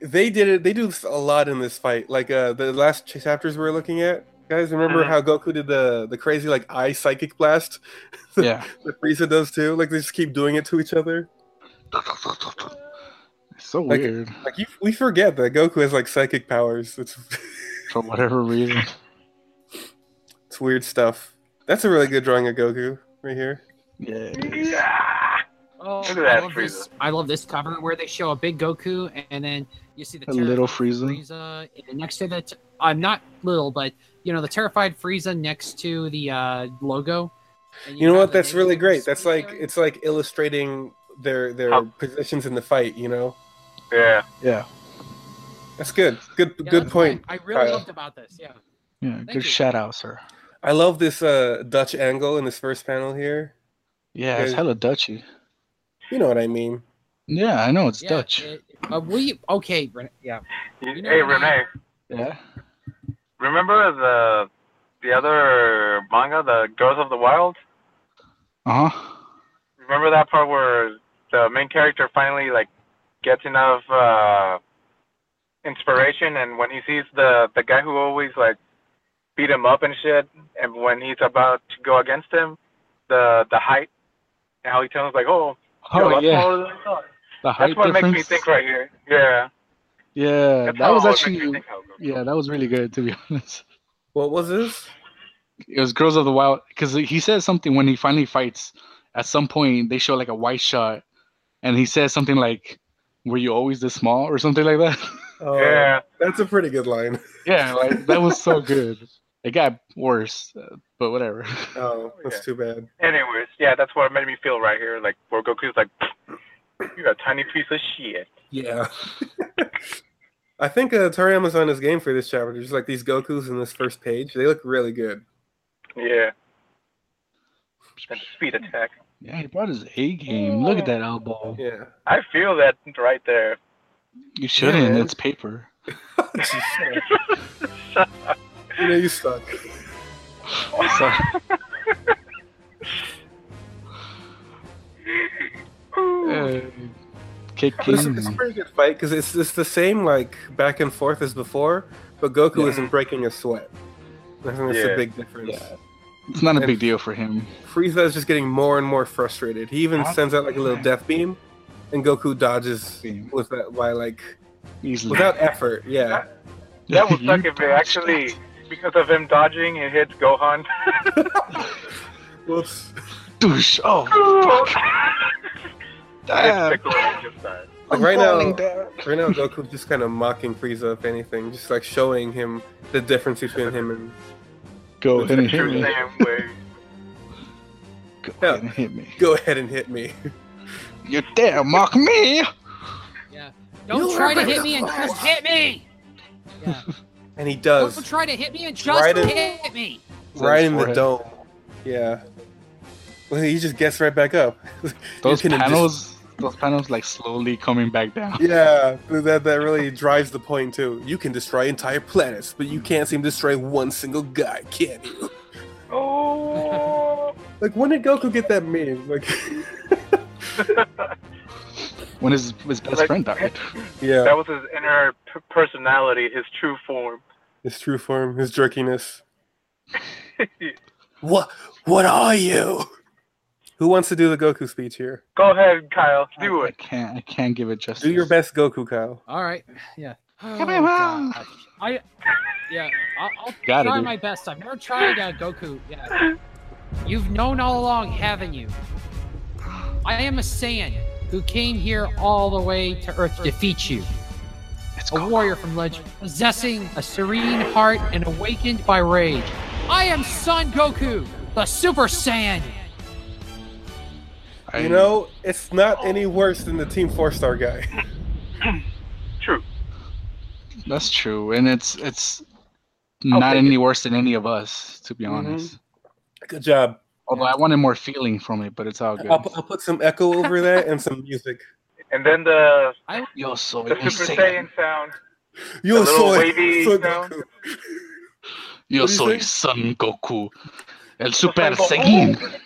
Speaker 1: they did it. They do this a lot in this fight. Like uh, the last ch- chapters we were looking at, guys. Remember
Speaker 3: Mhm.
Speaker 1: how Goku did the the crazy like eye psychic blast
Speaker 2: Yeah.
Speaker 1: that Frieza does too? Like they just keep doing it to each other.
Speaker 2: It's so
Speaker 1: Like-
Speaker 2: weird
Speaker 1: Like you, we forget that Goku has like psychic powers. It's
Speaker 2: for whatever reason.
Speaker 1: it's weird stuff. That's a really good drawing of Goku right here.
Speaker 2: Yeah. it is.
Speaker 3: Yeah.
Speaker 4: Oh,
Speaker 3: Look at that,
Speaker 4: I love
Speaker 3: Frieza.
Speaker 4: this. I love this cover where they show a big Goku and then you see the
Speaker 2: A
Speaker 4: terrified
Speaker 2: little Frieza.
Speaker 4: Frieza and next to the. T- I'm not little, but you know the terrified Frieza next to the uh, logo. And
Speaker 1: You know
Speaker 4: have
Speaker 1: what?
Speaker 4: the
Speaker 1: That's
Speaker 4: name
Speaker 1: really
Speaker 4: of the
Speaker 1: great. That's
Speaker 4: school
Speaker 1: like
Speaker 4: there.
Speaker 1: it's like illustrating their their
Speaker 3: How-
Speaker 1: positions in the fight. You know,
Speaker 3: Yeah.
Speaker 2: Yeah.
Speaker 1: that's good. Good
Speaker 4: Yeah,
Speaker 1: good
Speaker 4: that's what I-
Speaker 1: point.
Speaker 4: I, really
Speaker 1: Kyle.
Speaker 4: loved about this. Yeah.
Speaker 2: Yeah.
Speaker 4: Thank
Speaker 2: Good
Speaker 4: you.
Speaker 2: shout out, sir.
Speaker 1: I love this uh, Dutch angle in this first panel here.
Speaker 2: Yeah, it's
Speaker 1: Yeah.
Speaker 2: hella Dutchy.
Speaker 1: You know what I mean?
Speaker 2: Yeah, I know it's
Speaker 4: Yeah,
Speaker 2: Dutch.
Speaker 4: it- uh, we okay? Ren- Yeah,
Speaker 3: You-
Speaker 4: You know
Speaker 3: hey,
Speaker 4: what I mean?
Speaker 3: Renee,
Speaker 2: yeah.
Speaker 3: remember the the other manga, the Girls of the Wild?
Speaker 2: Uh huh.
Speaker 3: Remember that part where the main character finally like gets enough uh, inspiration, and when he sees the the guy who always like beat him up and shit, and when he's about to go against him, the the height, and how he tells like, oh, you're a
Speaker 2: Oh
Speaker 3: lot
Speaker 2: yeah,
Speaker 3: smaller than I thought.
Speaker 2: the
Speaker 3: That's
Speaker 2: height
Speaker 3: what
Speaker 2: difference.
Speaker 3: makes me think right here. Yeah,
Speaker 2: yeah,
Speaker 3: that's
Speaker 2: that
Speaker 3: how
Speaker 2: was
Speaker 3: it always makes me
Speaker 2: actually
Speaker 3: think how it goes.
Speaker 2: yeah, that was really good to be honest.
Speaker 1: What was this?
Speaker 2: It was Girls of the Wild because he says something when he finally fights. At some point, they show like a white shot, and he says something like, "Were you always this small?" or something like that.
Speaker 1: Oh,
Speaker 3: yeah.
Speaker 1: That's a pretty good line.
Speaker 2: yeah, like that was so good. It got worse, uh, but whatever.
Speaker 1: Oh, that's
Speaker 3: Yeah.
Speaker 1: too bad.
Speaker 3: Anyways, yeah, that's what made me feel right here. Like where Goku's like, you're a tiny piece of shit.
Speaker 1: Yeah. I think uh, Toriyama's on his game for this chapter. Just like these Gokus in this first page, they look really good.
Speaker 3: Yeah. And speed attack.
Speaker 2: Yeah, he brought his A game. Look at that elbow.
Speaker 1: Yeah.
Speaker 3: I feel that right there.
Speaker 2: You shouldn't.
Speaker 1: man.
Speaker 2: it's paper.
Speaker 1: you know, you suck.
Speaker 2: So- Uh,
Speaker 1: But it's,
Speaker 2: kicking.
Speaker 1: it's a pretty good fight because it's it's the same like back and forth as before, but Goku
Speaker 2: Yeah.
Speaker 1: isn't breaking a sweat. I think that's
Speaker 3: Yeah.
Speaker 1: a big difference.
Speaker 2: Yeah. It's not a big deal for him.
Speaker 1: Frieza is just getting more and more frustrated. He even
Speaker 2: Huh?
Speaker 1: sends out like a little death beam, and Goku dodges
Speaker 2: Beam.
Speaker 1: with that by like
Speaker 2: Easily.
Speaker 1: without effort. Yeah,
Speaker 3: That would
Speaker 2: You
Speaker 3: suck if it
Speaker 2: dodged
Speaker 3: actually,
Speaker 2: that.
Speaker 3: because of him dodging, it hits Gohan.
Speaker 1: whoops.
Speaker 2: Douche. Oh,
Speaker 3: It's
Speaker 2: damn.
Speaker 3: Piccolo who just died.
Speaker 1: Like right now,
Speaker 2: falling down.
Speaker 1: right now Goku's just kind of mocking Frieza, if anything, just like showing him the difference between him and
Speaker 2: Go ahead and hit
Speaker 3: True
Speaker 2: me.
Speaker 3: Saiyan way.
Speaker 2: Go
Speaker 1: Yeah.
Speaker 2: ahead and hit me.
Speaker 1: go ahead and hit me.
Speaker 2: You dare mock me?
Speaker 4: yeah. Don't
Speaker 1: You
Speaker 4: try to
Speaker 1: are
Speaker 4: hit me and just hit me. Yeah.
Speaker 1: And he
Speaker 4: Don't
Speaker 1: does
Speaker 4: try to hit me and just
Speaker 1: Right in-
Speaker 4: hit me.
Speaker 1: right in the
Speaker 2: Forehead.
Speaker 1: dome. Yeah. Well, he just gets right back up.
Speaker 2: Those
Speaker 1: You can just-
Speaker 2: panels, those panels, like slowly coming back down.
Speaker 1: Yeah, that that really drives the point too. You can destroy entire planets, but you can't seem to destroy one single guy, can you?
Speaker 3: Oh.
Speaker 1: Like, when did Goku get that meme? Like,
Speaker 2: When his his best
Speaker 3: Like-
Speaker 2: friend died.
Speaker 1: yeah,
Speaker 3: That was his inner p- personality, his true form.
Speaker 1: his true form, his jerkiness. What? What are you? Who wants to do the Goku speech here?
Speaker 3: Go ahead, Kyle. Do
Speaker 2: I, I
Speaker 3: it.
Speaker 2: can't. I can't give it justice.
Speaker 1: Do your best, Goku, Kyle.
Speaker 4: All right. Yeah. Oh,
Speaker 2: Come here,
Speaker 4: gosh.
Speaker 2: man.
Speaker 4: I. Yeah. I'll, I'll
Speaker 2: Gotta
Speaker 4: try
Speaker 2: do.
Speaker 4: my best. I've never tried uh, Goku. Yeah. You've known all along, haven't you? I am a Saiyan who came here all the way to Earth to defeat you.
Speaker 2: It's
Speaker 4: a warrior from legend, possessing a serene heart and awakened by rage. I am Son Goku, the Super Saiyan.
Speaker 2: I-
Speaker 1: You know, it's not any worse than the Team Four Star guy.
Speaker 3: True.
Speaker 2: That's true, and it's it's
Speaker 3: I'll
Speaker 2: not
Speaker 3: take
Speaker 2: any worse than any of us, to be
Speaker 1: Mhm.
Speaker 2: honest.
Speaker 1: Good job.
Speaker 2: Although I wanted more feeling from it, but it's all good.
Speaker 1: I'll, pu- I'll put some echo over that and some music.
Speaker 3: And then the
Speaker 2: Yo, so
Speaker 3: the
Speaker 2: you
Speaker 3: Super
Speaker 2: say,
Speaker 3: Saiyan sound.
Speaker 1: Yo
Speaker 3: The little
Speaker 1: soy,
Speaker 3: wavy
Speaker 1: soy
Speaker 3: sound.
Speaker 1: Goku. what
Speaker 2: yo
Speaker 1: do you
Speaker 2: soy
Speaker 1: say?
Speaker 2: Son Goku, el Super
Speaker 3: Goku.
Speaker 2: Saiyan.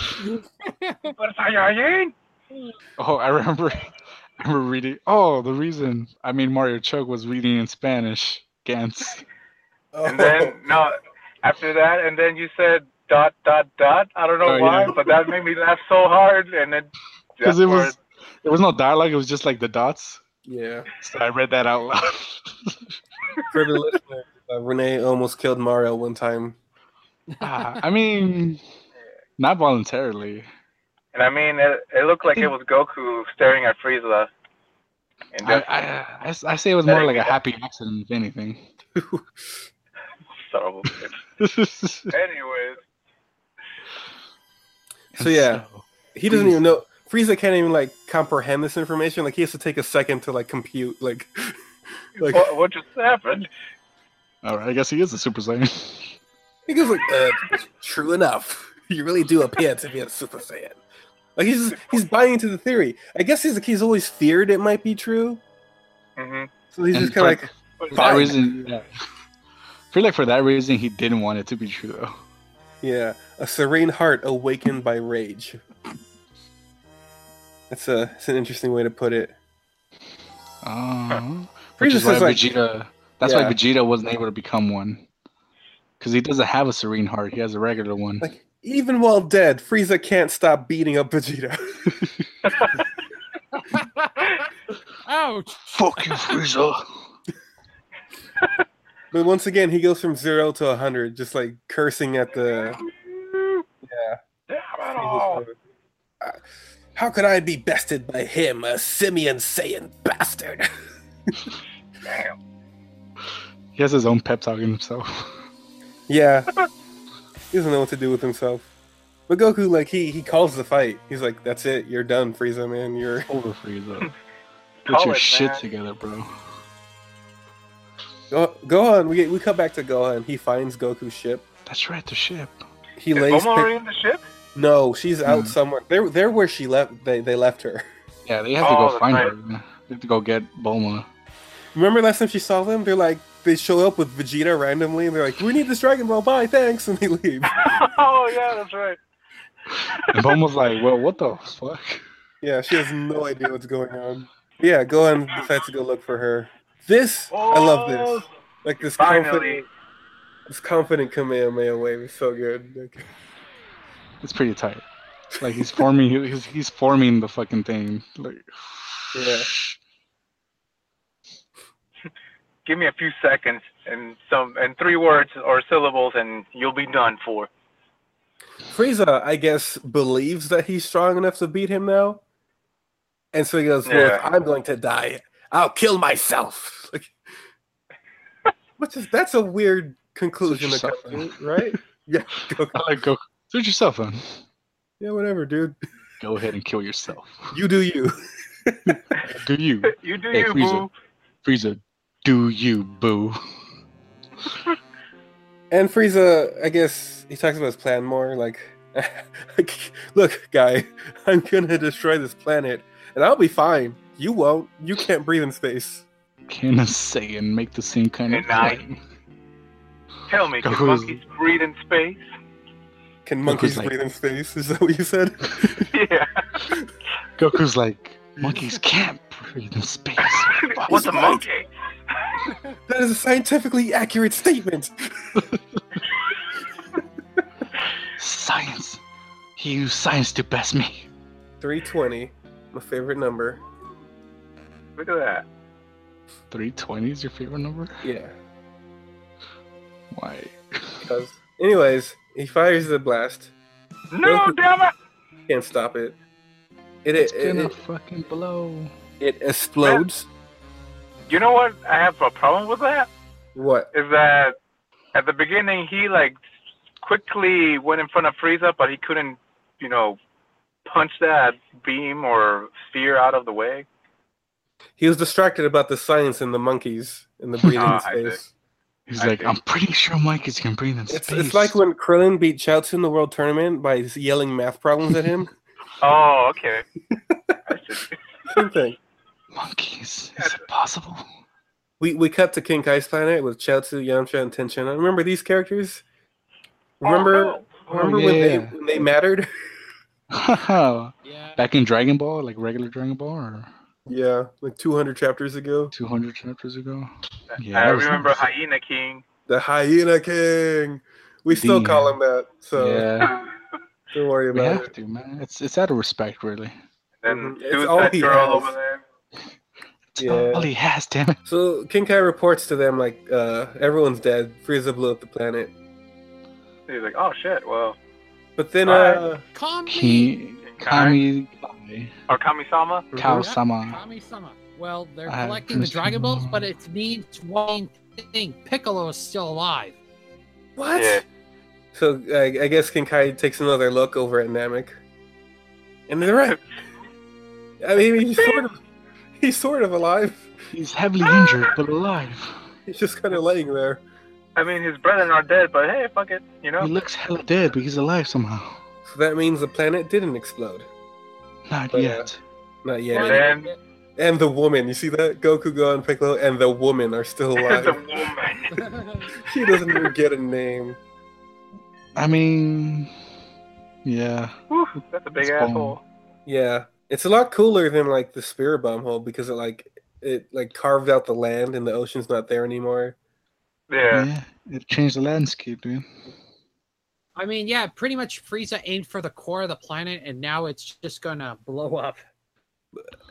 Speaker 3: Super Saiyan.
Speaker 2: Oh, I remember, I remember reading. Oh, the reason I mean Mario Chug was reading in Spanish. Gans.
Speaker 1: Oh.
Speaker 3: And then no, after that, and then you said dot dot dot. I don't know
Speaker 2: Oh,
Speaker 3: why,
Speaker 2: yeah.
Speaker 3: but that made me laugh so hard. And then
Speaker 2: 'Cause it was- There was no dialogue. It was just like the dots.
Speaker 1: yeah.
Speaker 2: So I read that out loud.
Speaker 1: For the listener, uh, Renee almost killed Mario one time.
Speaker 2: Ah, I mean, not voluntarily.
Speaker 3: and I mean, it, it looked like it was Goku staring at Frieza. And
Speaker 2: I,
Speaker 3: that's
Speaker 2: I, I s- I say it was more like a happy accident, if anything.
Speaker 3: terrible. Anyways,
Speaker 1: So yeah, he doesn't even know. Frieza can't even like comprehend this information. Like he has to take a second to like compute. Like, like
Speaker 3: what, what just happened?
Speaker 2: All right, I guess he is a Super Saiyan.
Speaker 1: He goes like, uh, "True enough, you really do appear to be a Super Saiyan." Like he's he's buying into the theory. I guess he's he's always feared it might be true,
Speaker 3: hmm
Speaker 1: so he's
Speaker 2: And
Speaker 1: just kind of
Speaker 2: for-
Speaker 1: like,
Speaker 2: For that
Speaker 1: Fine.
Speaker 2: reason, yeah. I feel like for that reason he didn't want it to be true though.
Speaker 1: "Yeah, a serene heart awakened by rage." That's a it's an interesting way to put it.
Speaker 2: Uh, which
Speaker 1: Freeza
Speaker 2: is why
Speaker 1: says, like-
Speaker 2: Vegeta. That's
Speaker 1: Yeah.
Speaker 2: why Vegeta wasn't able to become one, because he doesn't have a serene heart. He has a regular one.
Speaker 1: Like even while dead, Frieza can't stop beating up Vegeta.
Speaker 4: Ouch.
Speaker 2: Fuck you, Frieza.
Speaker 1: But once again, he goes from zero to hundred, just like cursing at the. Yeah.
Speaker 3: Damn it all.
Speaker 1: Uh, How could I be bested by him, a simian Saiyan bastard?
Speaker 3: Damn.
Speaker 2: He has his own pep talk in himself.
Speaker 1: yeah, he doesn't know what to do with himself. But Goku, like he he calls the fight. He's like, "That's it, you're done, Frieza, man. You're
Speaker 2: Over Frieza. Get
Speaker 3: Call
Speaker 2: your
Speaker 3: it,
Speaker 2: shit
Speaker 3: man.
Speaker 2: together, bro.
Speaker 1: Go- Gohan." We get, we come back to Gohan. He finds Goku's ship.
Speaker 2: That's right, the ship.
Speaker 1: He
Speaker 3: Is
Speaker 1: lays.
Speaker 3: Momo already in the ship?
Speaker 1: no, she's out
Speaker 2: Hmm.
Speaker 1: somewhere. They're they're where she left. They they left her.
Speaker 2: Yeah, they have
Speaker 3: Oh,
Speaker 2: to go
Speaker 3: that's
Speaker 2: find
Speaker 3: right.
Speaker 2: her. man. They have to go get Bulma.
Speaker 1: Remember last time she saw them? They're like they show up with Vegeta randomly, and they're like, "We need this Dragon Ball. Bye, thanks," and they leave.
Speaker 3: oh yeah, that's right.
Speaker 2: And Bulma's like, well, what the fuck?
Speaker 1: Yeah, she has no idea what's going on. Yeah, Gohan decides to go look for her. This I love this. Like this
Speaker 3: Oh, Finally,
Speaker 1: confident, this confident Kamehameha wave is so good. Like,
Speaker 2: It's pretty tight. Like he's forming, he's he's forming the fucking thing. Like,
Speaker 1: yeah,
Speaker 3: give me a few seconds and some and three words or syllables, and you'll be done for.
Speaker 1: Frieza, I guess, believes that he's strong enough to beat him now, and so he goes, "Well,
Speaker 3: Yeah.
Speaker 1: if I'm going to die. I'll kill myself." Like, which is that's a weird conclusion to come
Speaker 2: Yourself.
Speaker 1: to, right? Yeah, Goku.
Speaker 2: I like go suit yourself, man.
Speaker 1: yeah, whatever, dude.
Speaker 2: Go ahead and kill yourself.
Speaker 1: You do you.
Speaker 2: Do you,
Speaker 3: You do
Speaker 2: Hey,
Speaker 3: you,
Speaker 2: Frieza.
Speaker 3: boo.
Speaker 2: Frieza? Do you, boo?
Speaker 1: And Frieza, I guess he talks about his plan more. Like, look, guy, I'm gonna destroy this planet, and I'll be fine. You won't. You can't breathe in space.
Speaker 2: Can a Saiyan make the same kind of
Speaker 3: And I-
Speaker 2: claim?
Speaker 3: Tell me, can
Speaker 2: Goku's-
Speaker 3: monkeys breathe in space?
Speaker 1: Can monkeys
Speaker 2: like-
Speaker 1: breathe in space? Is that what you said?
Speaker 3: yeah.
Speaker 2: Goku's like, monkeys can't breathe in space. Fuck.
Speaker 3: What's a
Speaker 1: right.
Speaker 3: monkey?
Speaker 1: that is a scientifically accurate statement.
Speaker 2: Science. He used science to best me.
Speaker 1: 320, my favorite number.
Speaker 3: Look at that.
Speaker 2: 320 is your favorite number?
Speaker 1: Yeah.
Speaker 2: Why?
Speaker 1: Because, anyways, he fires the blast.
Speaker 3: No,
Speaker 1: Goku-
Speaker 3: damn it!
Speaker 1: Can't stop it. It
Speaker 2: It's
Speaker 1: it it,
Speaker 2: gonna
Speaker 1: it,
Speaker 2: fucking blow.
Speaker 1: it explodes.
Speaker 3: You know what? I have a problem with that.
Speaker 1: What?
Speaker 3: is that at the beginning he like quickly went in front of Frieza, but he couldn't, you know, punch that beam or sphere out of the way.
Speaker 1: He was distracted about the science and the monkeys and the breathing
Speaker 3: Ah,
Speaker 1: in
Speaker 3: I see.
Speaker 1: space.
Speaker 2: He's
Speaker 3: I
Speaker 2: like,
Speaker 3: think-
Speaker 2: I'm pretty sure monkeys can breathe in
Speaker 1: It's,
Speaker 2: space.
Speaker 1: it's like when Krillin beat Chaozu in the World Tournament by yelling math problems at him.
Speaker 3: Oh, okay. I see.
Speaker 1: Same thing.
Speaker 2: monkeys. Is it possible?
Speaker 1: We we cut to King Kai's planet with Chaozu, Yamcha, and Tenshinhan. Remember these characters? Remember
Speaker 3: Oh,
Speaker 1: remember
Speaker 2: Oh,
Speaker 1: when they
Speaker 2: yeah.
Speaker 1: when they mattered?
Speaker 4: Yeah.
Speaker 2: Back in Dragon Ball, like regular Dragon Ball, or
Speaker 1: Yeah, like 200 chapters ago.
Speaker 2: 200 chapters ago.
Speaker 3: no.
Speaker 2: Yeah,
Speaker 3: I
Speaker 2: that was
Speaker 3: remember
Speaker 2: nice.
Speaker 3: Hyena King.
Speaker 1: The Hyena King. We still
Speaker 2: The-
Speaker 1: call him that, so
Speaker 2: yeah,
Speaker 1: don't worry
Speaker 2: we
Speaker 1: about
Speaker 2: have
Speaker 1: it.
Speaker 2: to, man. It's it's out of respect, really.
Speaker 3: Then
Speaker 1: Mhm. It's all
Speaker 3: Suicide
Speaker 1: he
Speaker 3: Girl
Speaker 1: has.
Speaker 3: over there.
Speaker 2: It's
Speaker 1: Yeah.
Speaker 2: all he has, damn it.
Speaker 1: So King Kai reports to them like uh, everyone's dead. Frieza blew up the planet.
Speaker 3: He's like, oh shit, well,
Speaker 1: But then
Speaker 3: Alright.
Speaker 1: uh,
Speaker 4: Kami.
Speaker 2: Ki- Kami,
Speaker 3: or Kami-sama.
Speaker 2: Kawasama.
Speaker 4: Kami sama. Well, they're
Speaker 2: Uh,
Speaker 4: collecting the
Speaker 2: Kami-sama.
Speaker 4: Dragon Balls, but it means one thing: Piccolo is still alive.
Speaker 1: What?
Speaker 3: Yeah.
Speaker 1: So I, I guess Kinkai takes another look over at Namek, and they're right. I mean, he's sort of he's sort of alive.
Speaker 3: Ah!
Speaker 2: He's heavily injured but alive.
Speaker 1: He's just kind of laying there.
Speaker 3: I mean, his brethren are dead, but hey, fuck it, you know.
Speaker 2: He looks hella dead, but he's alive somehow.
Speaker 1: So that means the planet didn't explode.
Speaker 2: Not
Speaker 1: But, uh,
Speaker 2: yet.
Speaker 1: Not
Speaker 3: And
Speaker 1: yet.
Speaker 3: then-
Speaker 1: And the woman, you see that? Goku, Gon, Piccolo, and the woman are still
Speaker 3: It's a
Speaker 1: alive.
Speaker 3: woman.
Speaker 1: she doesn't even get a name.
Speaker 2: I mean, yeah.
Speaker 3: Whew, that's a big
Speaker 2: It's
Speaker 3: asshole.
Speaker 1: Yeah, it's a lot cooler than like the spirit bomb hole because it like it like carved out the land and the ocean's not there anymore.
Speaker 3: Yeah.
Speaker 2: It changed the landscape, dude.
Speaker 4: I mean, yeah, pretty much Frieza aimed for the core of the planet, and now it's just gonna blow up.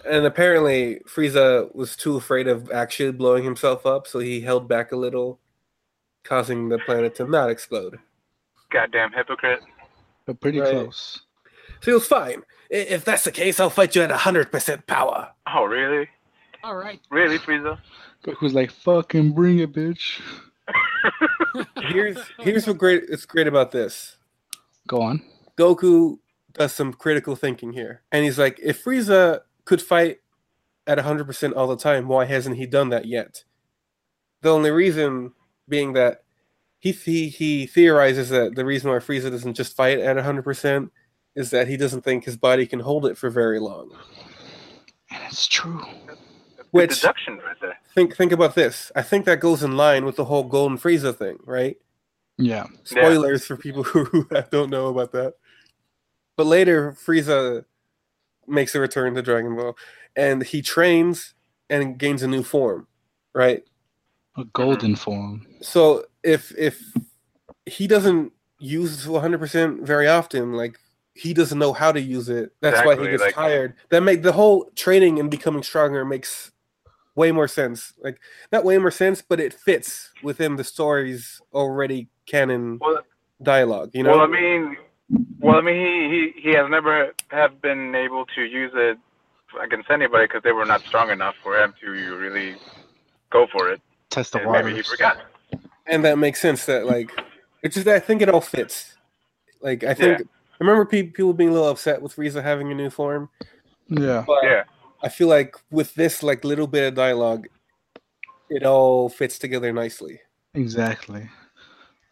Speaker 1: And apparently Frieza was too afraid of actually blowing himself up, so he held back a little, causing the planet to not explode.
Speaker 2: Mm-hmm.
Speaker 3: Goddamn hypocrite.
Speaker 2: But pretty
Speaker 1: Right.
Speaker 2: close.
Speaker 1: So he was fine. I- If that's the case, I'll fight you at hundred percent power.
Speaker 3: Oh, really?
Speaker 4: All right.
Speaker 3: Really, Frieza?
Speaker 2: Goku's like, fucking bring it, bitch.
Speaker 1: Here's here's what great it's great about this.
Speaker 2: Go on.
Speaker 1: Goku does some critical thinking here. And he's like, if Frieza could fight at 100% all the time, why hasn't he done that yet? The only reason being that he, he, he theorizes that the reason why Frieza doesn't just fight at 100% is that he doesn't think his body can hold it for very long.
Speaker 2: And it's true.
Speaker 3: That's good
Speaker 1: Which-
Speaker 3: deduction right there.
Speaker 1: Think, think about this. I think that goes in line with the whole Golden Frieza thing, right?
Speaker 2: Yeah.
Speaker 3: Yeah.
Speaker 1: spoilers for people who don't know about that. But later, Frieza makes a return to Dragon Ball, and he trains and gains a new form, right?
Speaker 2: A golden
Speaker 3: Mm-hmm.
Speaker 2: form.
Speaker 1: So if if he doesn't use 100% very often, like he doesn't know how to use it, that's why
Speaker 3: Exactly,
Speaker 1: he gets
Speaker 3: like-
Speaker 1: tired. That make the whole training and becoming stronger makes way more sense. Like not way more sense, but it fits within the story's already canon
Speaker 3: Well-
Speaker 1: dialogue. You know.
Speaker 3: Well, I mean, well, I mean, he, he, he has never have been able to use it against anybody because they were not strong enough for him to really go for it.
Speaker 2: Test the
Speaker 3: And maybe he
Speaker 2: waters.
Speaker 3: forgot.
Speaker 1: and that makes sense that like it's just that i think it all fits like i think i remember pe- people being a little upset with Frieza having a new form
Speaker 2: Yeah.
Speaker 1: but
Speaker 3: Yeah.
Speaker 1: i feel like with this like little bit of dialogue it all fits together nicely
Speaker 2: Exactly.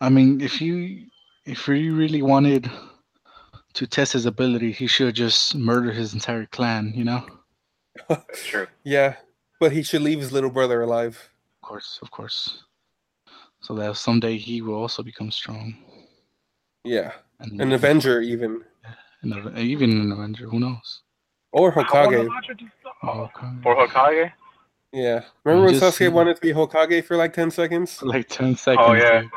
Speaker 2: I mean, if you if he really wanted to test his ability, he should just murder his entire clan. You know. Of
Speaker 3: That's true.
Speaker 1: yeah but he should leave his little brother alive
Speaker 2: course, of course. So that someday he will also become strong.
Speaker 1: yeah
Speaker 2: And,
Speaker 1: an avenger even
Speaker 2: an Aven- even an Avenger. Who knows?
Speaker 1: or hokage
Speaker 2: Oh, God.
Speaker 3: For Hokage?
Speaker 1: yeah remember when
Speaker 2: Just-
Speaker 1: sasuke wanted to be hokage for like 10 seconds
Speaker 2: like ten seconds.
Speaker 3: Oh, yeah.
Speaker 2: dude.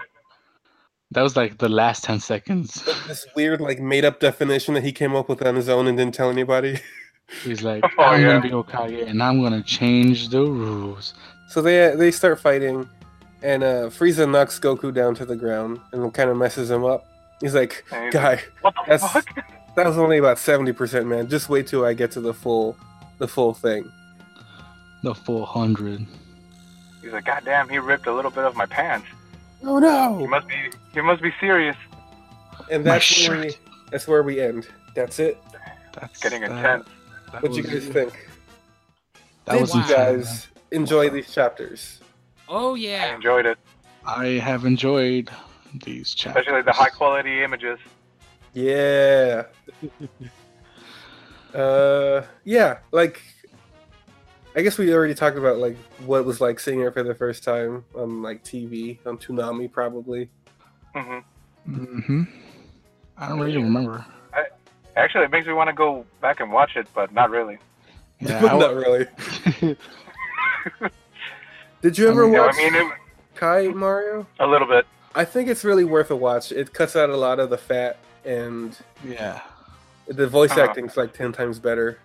Speaker 2: That was like the last ten seconds.
Speaker 1: this weird like made-up definition that he came up with on his own and didn't tell anybody
Speaker 2: He's like,
Speaker 3: Oh,
Speaker 2: I'm
Speaker 3: yeah.
Speaker 2: gonna be Okage, and I'm gonna change the rules.
Speaker 1: So they uh, they start fighting, and uh, Frieza knocks Goku down to the ground and kind of messes him up. He's like,
Speaker 3: And he's
Speaker 1: "Guy,
Speaker 3: What the
Speaker 1: that's
Speaker 3: fuck?
Speaker 1: that was only about seventy percent, man. Just wait till I get to the full, the full thing."
Speaker 2: The four hundred.
Speaker 3: He's like, God damn, he ripped a little bit of my pants.
Speaker 1: Oh
Speaker 3: He
Speaker 1: no!
Speaker 3: must be he must be serious.
Speaker 1: And
Speaker 2: My
Speaker 1: that's where we,
Speaker 2: shirt.
Speaker 1: that's where we end. That's it.
Speaker 2: That's
Speaker 3: Getting
Speaker 2: that-
Speaker 3: intense.
Speaker 2: that
Speaker 1: What you
Speaker 2: was-
Speaker 1: guys think?
Speaker 2: That
Speaker 1: Did
Speaker 2: was
Speaker 1: you
Speaker 2: insane,
Speaker 1: guys enjoy these chapters?
Speaker 4: Oh
Speaker 3: I
Speaker 4: yeah.
Speaker 3: enjoyed it.
Speaker 2: man. I have enjoyed these chapters.
Speaker 3: Especially the high quality images.
Speaker 1: Yeah. uh, yeah. Like, I guess we already talked about like what it was like seeing her for the first time on like TV on Toonami, probably.
Speaker 3: hmm
Speaker 2: hmm I don't really remember.
Speaker 3: Actually, it makes me want to go back and watch it, but not really.
Speaker 2: Yeah, I,
Speaker 1: Not really.
Speaker 2: w-
Speaker 1: Did you ever
Speaker 2: mean,
Speaker 3: Yeah,
Speaker 1: watch
Speaker 3: I mean, it,
Speaker 1: Kai Mario?
Speaker 3: a little bit.
Speaker 1: I think it's really worth a watch. It cuts out a lot of the fat, and
Speaker 2: yeah.
Speaker 1: the voice
Speaker 3: Uh-huh.
Speaker 1: acting's like ten times better.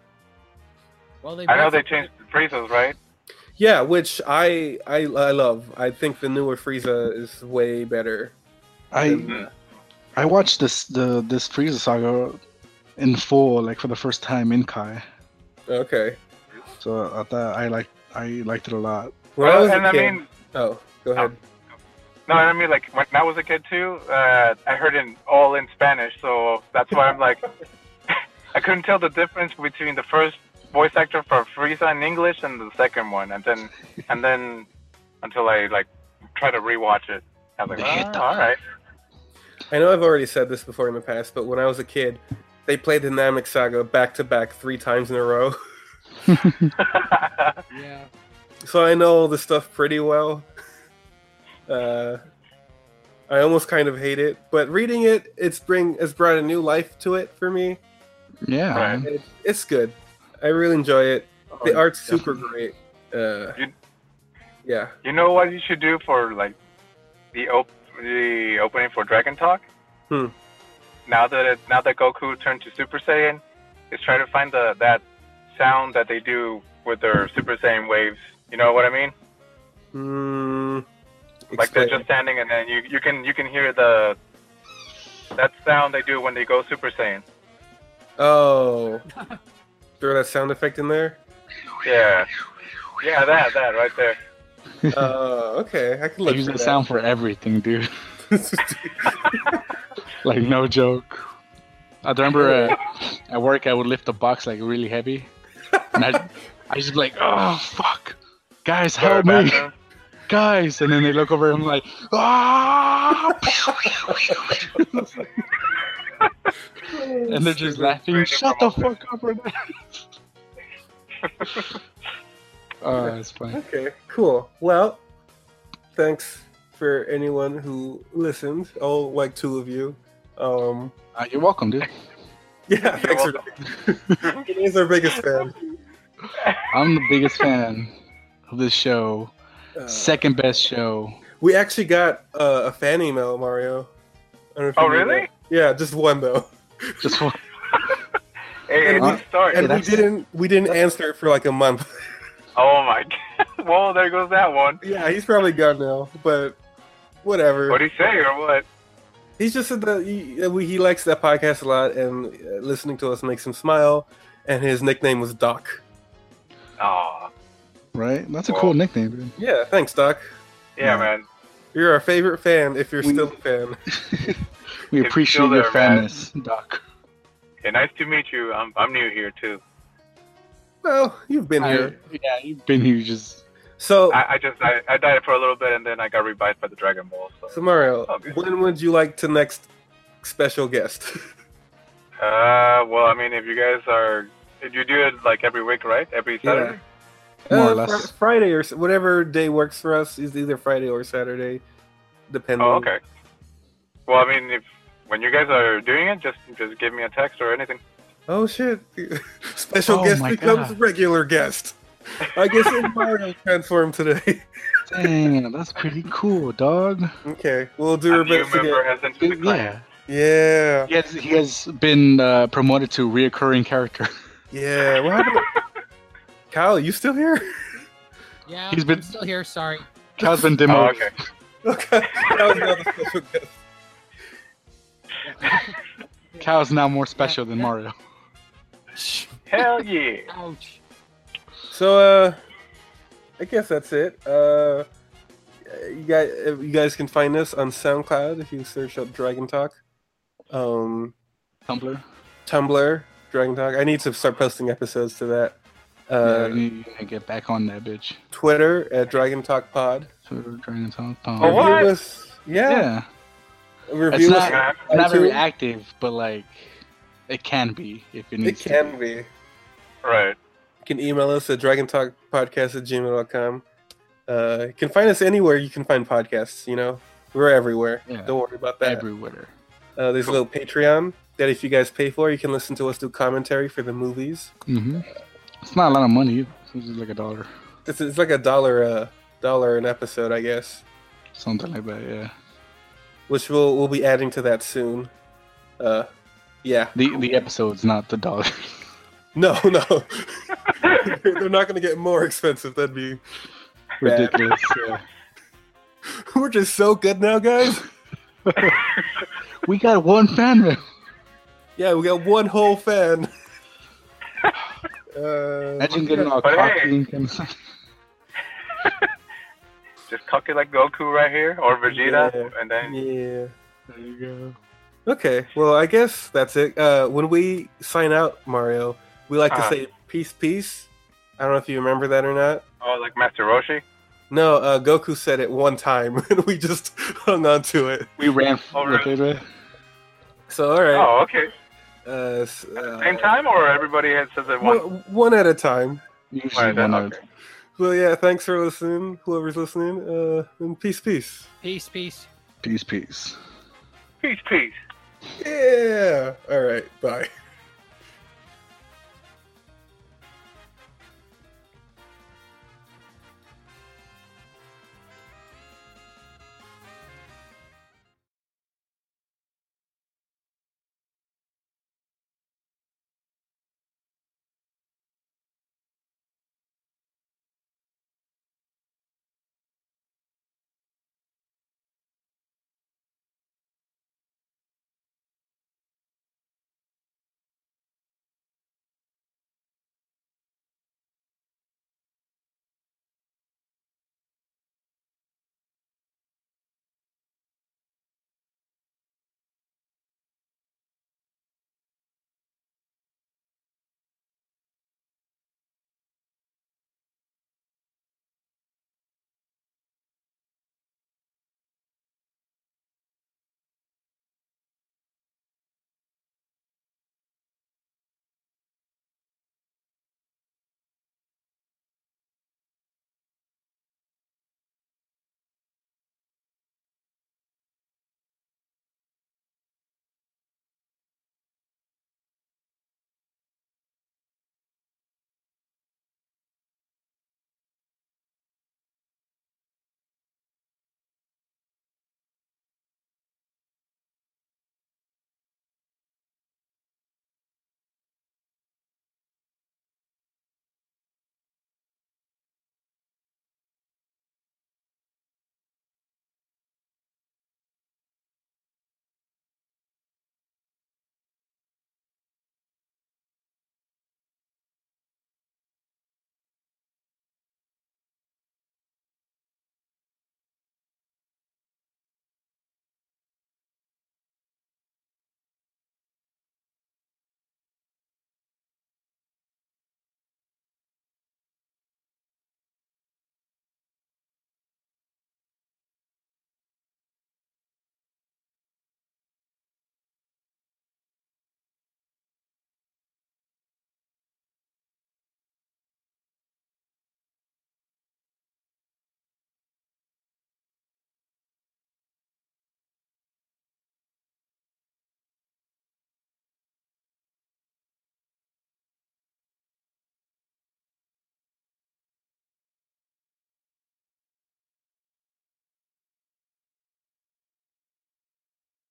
Speaker 4: Well, they.
Speaker 3: I know they changed the freezes, right?
Speaker 1: Yeah, which I I, I love. I think the newer Frieza is way better.
Speaker 2: I
Speaker 1: than-
Speaker 2: I watched this the this Frieza saga in full, like for the first time in Kai.
Speaker 1: okay.
Speaker 2: So I thought I liked I liked it a lot.
Speaker 1: When I was
Speaker 3: and
Speaker 1: a
Speaker 3: I
Speaker 1: kid,
Speaker 3: mean,
Speaker 1: oh, go ahead.
Speaker 3: no, and I mean, like when I was a kid too, uh, I heard it all in Spanish, so that's why I'm like, I couldn't tell the difference between the first voice actor for Frieza in English and the second one, and then and then until I like try to rewatch it. I was like,
Speaker 2: Vegeta.
Speaker 3: "Ah, all right.
Speaker 1: I know I've already said this before in the past, but when I was a kid, they played the Namek Saga back to back three times in a row.
Speaker 4: Yeah.
Speaker 1: so I know all this stuff pretty well. Uh, I almost kind of hate it, but reading it, it's bring it's brought a new life to it for me.
Speaker 2: Yeah.
Speaker 3: Right.
Speaker 2: man.
Speaker 1: It, it's good. I really enjoy it. The
Speaker 3: Oh,
Speaker 1: art's super great. Uh,
Speaker 3: You-
Speaker 1: yeah.
Speaker 3: you know what you should do for like the op- the opening for Dragon Talk?
Speaker 1: Hmm.
Speaker 3: Now that it, now that Goku turned to Super Saiyan, is try to find the that sound that they do with their Super Saiyan waves. You know what I mean?
Speaker 1: Mm,
Speaker 3: Like they're
Speaker 1: explain.
Speaker 3: just standing, and then you, you can you can hear the that sound they do when they go Super Saiyan.
Speaker 1: Oh. Throw that sound effect in there?
Speaker 3: Yeah, yeah, that that right there.
Speaker 1: Oh, okay. I can
Speaker 2: I
Speaker 1: look
Speaker 2: use
Speaker 1: for
Speaker 2: that
Speaker 1: that.
Speaker 2: sound for everything, dude. Like no joke. I remember uh, at work I would lift a box like really heavy, and I I just be like, oh fuck, guys
Speaker 1: Oh,
Speaker 3: Go to the
Speaker 2: help me,
Speaker 3: bathroom.
Speaker 2: guys, and then they look over and I'm like, ah, and they're just laughing. Shut the fuck up, Renee. Oh, that's funny.
Speaker 1: Okay, cool. Well, thanks for anyone who listened. Oh, like two of you. Um,
Speaker 2: Uh, you're welcome, dude.
Speaker 1: yeah, thanks for. He's our biggest fan.
Speaker 2: I'm the biggest fan of this show.
Speaker 1: Uh,
Speaker 2: Second best show.
Speaker 1: we actually got uh, a fan email, Mario. I don't know if you
Speaker 3: Oh
Speaker 1: knew
Speaker 3: really?
Speaker 1: that. Yeah, just one though,
Speaker 2: Just one.
Speaker 3: Hey, it
Speaker 1: Uh,
Speaker 3: didn't start.
Speaker 1: and we
Speaker 2: that's-
Speaker 1: didn't we didn't answer it for like a month.
Speaker 3: Oh my god. Well, there goes that one.
Speaker 1: yeah, he's probably gone now, but whatever.
Speaker 3: What'd he say or what?
Speaker 1: He's just said that he, that we- he likes that podcast a lot, and uh, listening to us makes him smile. And his nickname was Doc.
Speaker 3: Oh,
Speaker 2: Right? That's a
Speaker 3: Well-
Speaker 2: cool nickname, dude.
Speaker 1: Yeah, thanks, Doc.
Speaker 3: yeah,
Speaker 2: Yeah.
Speaker 3: man.
Speaker 1: You're our favorite fan if you're
Speaker 2: We-
Speaker 1: still a fan.
Speaker 2: We
Speaker 3: It's
Speaker 2: appreciate
Speaker 3: still
Speaker 2: your
Speaker 3: there, man.
Speaker 2: fanness, Doc.
Speaker 3: Yeah, nice to meet you. I'm I'm new here too.
Speaker 1: Well, you've been
Speaker 2: I-
Speaker 1: here.
Speaker 2: yeah, you've been here just
Speaker 1: So,
Speaker 3: I, I just I, I died for a little bit and then I got rebite by the Dragon Ball.
Speaker 1: so
Speaker 3: So.
Speaker 1: Mario,
Speaker 2: Oh,
Speaker 3: Okay.
Speaker 1: when would you like to next special guest?
Speaker 3: Uh, well, I mean, if you guys are if you do it like every week, right? Every
Speaker 1: Yeah.
Speaker 3: Saturday.
Speaker 2: More or
Speaker 1: Uh, Fri-
Speaker 2: less.
Speaker 1: Friday or s- whatever day works for us is either Friday or Saturday, depending.
Speaker 3: Oh, okay. Well, I mean, if when you guys are doing it, just just give me a text or anything.
Speaker 1: Oh shit! special
Speaker 2: Oh
Speaker 1: guest
Speaker 2: my
Speaker 1: becomes
Speaker 2: God.
Speaker 1: regular guest. I guess it's Mario transformed today.
Speaker 2: Dang, that's pretty cool, dog.
Speaker 1: okay, we'll do our
Speaker 3: a new
Speaker 1: best to
Speaker 3: member
Speaker 1: get.
Speaker 3: has entered the clan.
Speaker 2: Yeah.
Speaker 1: Yeah,
Speaker 2: He has, he has been uh, promoted to reoccurring character.
Speaker 1: yeah. What happened? to- Kyle, you still here?
Speaker 4: Yeah.
Speaker 2: He's been-
Speaker 4: I'm still here. Sorry.
Speaker 2: Kyle's been
Speaker 3: Oh,
Speaker 2: demoted.
Speaker 3: okay.
Speaker 1: Okay, that was another special guest.
Speaker 2: Kyle's now more special than Mario.
Speaker 3: Hell yeah.
Speaker 4: Ouch.
Speaker 1: So uh I guess that's it. Uh you guys you guys can find us on SoundCloud if you search up Dragon Talk. Um
Speaker 2: Tumblr.
Speaker 1: Tumblr, Dragon Talk. I need to start posting episodes to that.
Speaker 2: yeah,
Speaker 1: Uh
Speaker 2: you need to get back on that bitch.
Speaker 1: Twitter at Dragon Talk Pod.
Speaker 2: So, Dragon Talk. Tom.
Speaker 3: Oh, what?
Speaker 1: Review us. Yeah.
Speaker 2: Yeah.
Speaker 1: Review
Speaker 2: It's
Speaker 1: us.
Speaker 2: not-
Speaker 1: on
Speaker 2: Not very
Speaker 1: iTunes.
Speaker 2: active, but like, it can be if it
Speaker 1: it
Speaker 2: needs to.
Speaker 1: can be. You
Speaker 3: Right.
Speaker 1: can email us at Dragon Talk Podcast at gmail.com. Uh you can find us anywhere you can find podcasts, you know. We're everywhere.
Speaker 2: Yeah.
Speaker 1: Don't worry about
Speaker 2: be.
Speaker 1: that.
Speaker 2: Everywhere.
Speaker 1: Uh, there's a little Patreon that if you guys pay for, you can listen to us do commentary for the movies.
Speaker 2: hmm It's not a lot of money. either. It's just like a dollar,
Speaker 1: It's, it's like a dollar uh, dollar an episode, I guess,
Speaker 2: something like that. Yeah.
Speaker 1: which we'll we'll be adding to that soon. Uh, yeah,
Speaker 2: The the episode's not the dollar.
Speaker 1: no, no, they're not going to get more expensive. That'd be
Speaker 2: Ridiculous. yeah.
Speaker 1: we're just so good now, guys.
Speaker 2: We got one fan mail.
Speaker 1: Yeah, we got one whole fan. Uh,
Speaker 2: Imagine getting all
Speaker 3: But hey.
Speaker 2: cocky and kind of-
Speaker 3: Just cock it like Goku right here or Vegeta,
Speaker 1: Yeah.
Speaker 3: and then
Speaker 1: yeah.
Speaker 2: There you go.
Speaker 1: Okay, well, I guess that's it. Uh, when we sign out, Mario, we like to
Speaker 3: Uh-huh.
Speaker 1: say peace, peace. I don't know if you remember that or not.
Speaker 3: oh, like Master Roshi.
Speaker 1: No, uh, Goku said it one time, and we just hung on to it.
Speaker 2: We ran
Speaker 3: Oh,
Speaker 2: with it, right?
Speaker 1: So all right.
Speaker 3: Oh, okay.
Speaker 1: Uh, s- uh,
Speaker 3: Same time, or everybody had says it once.
Speaker 1: One, one at a time.
Speaker 2: Usually
Speaker 3: Alright, then,
Speaker 2: one or
Speaker 3: okay.
Speaker 1: So yeah, thanks for listening, whoever's listening. Uh, and peace, peace.
Speaker 4: Peace, peace.
Speaker 2: Peace, peace.
Speaker 3: Peace, peace.
Speaker 1: Yeah. All right. Bye.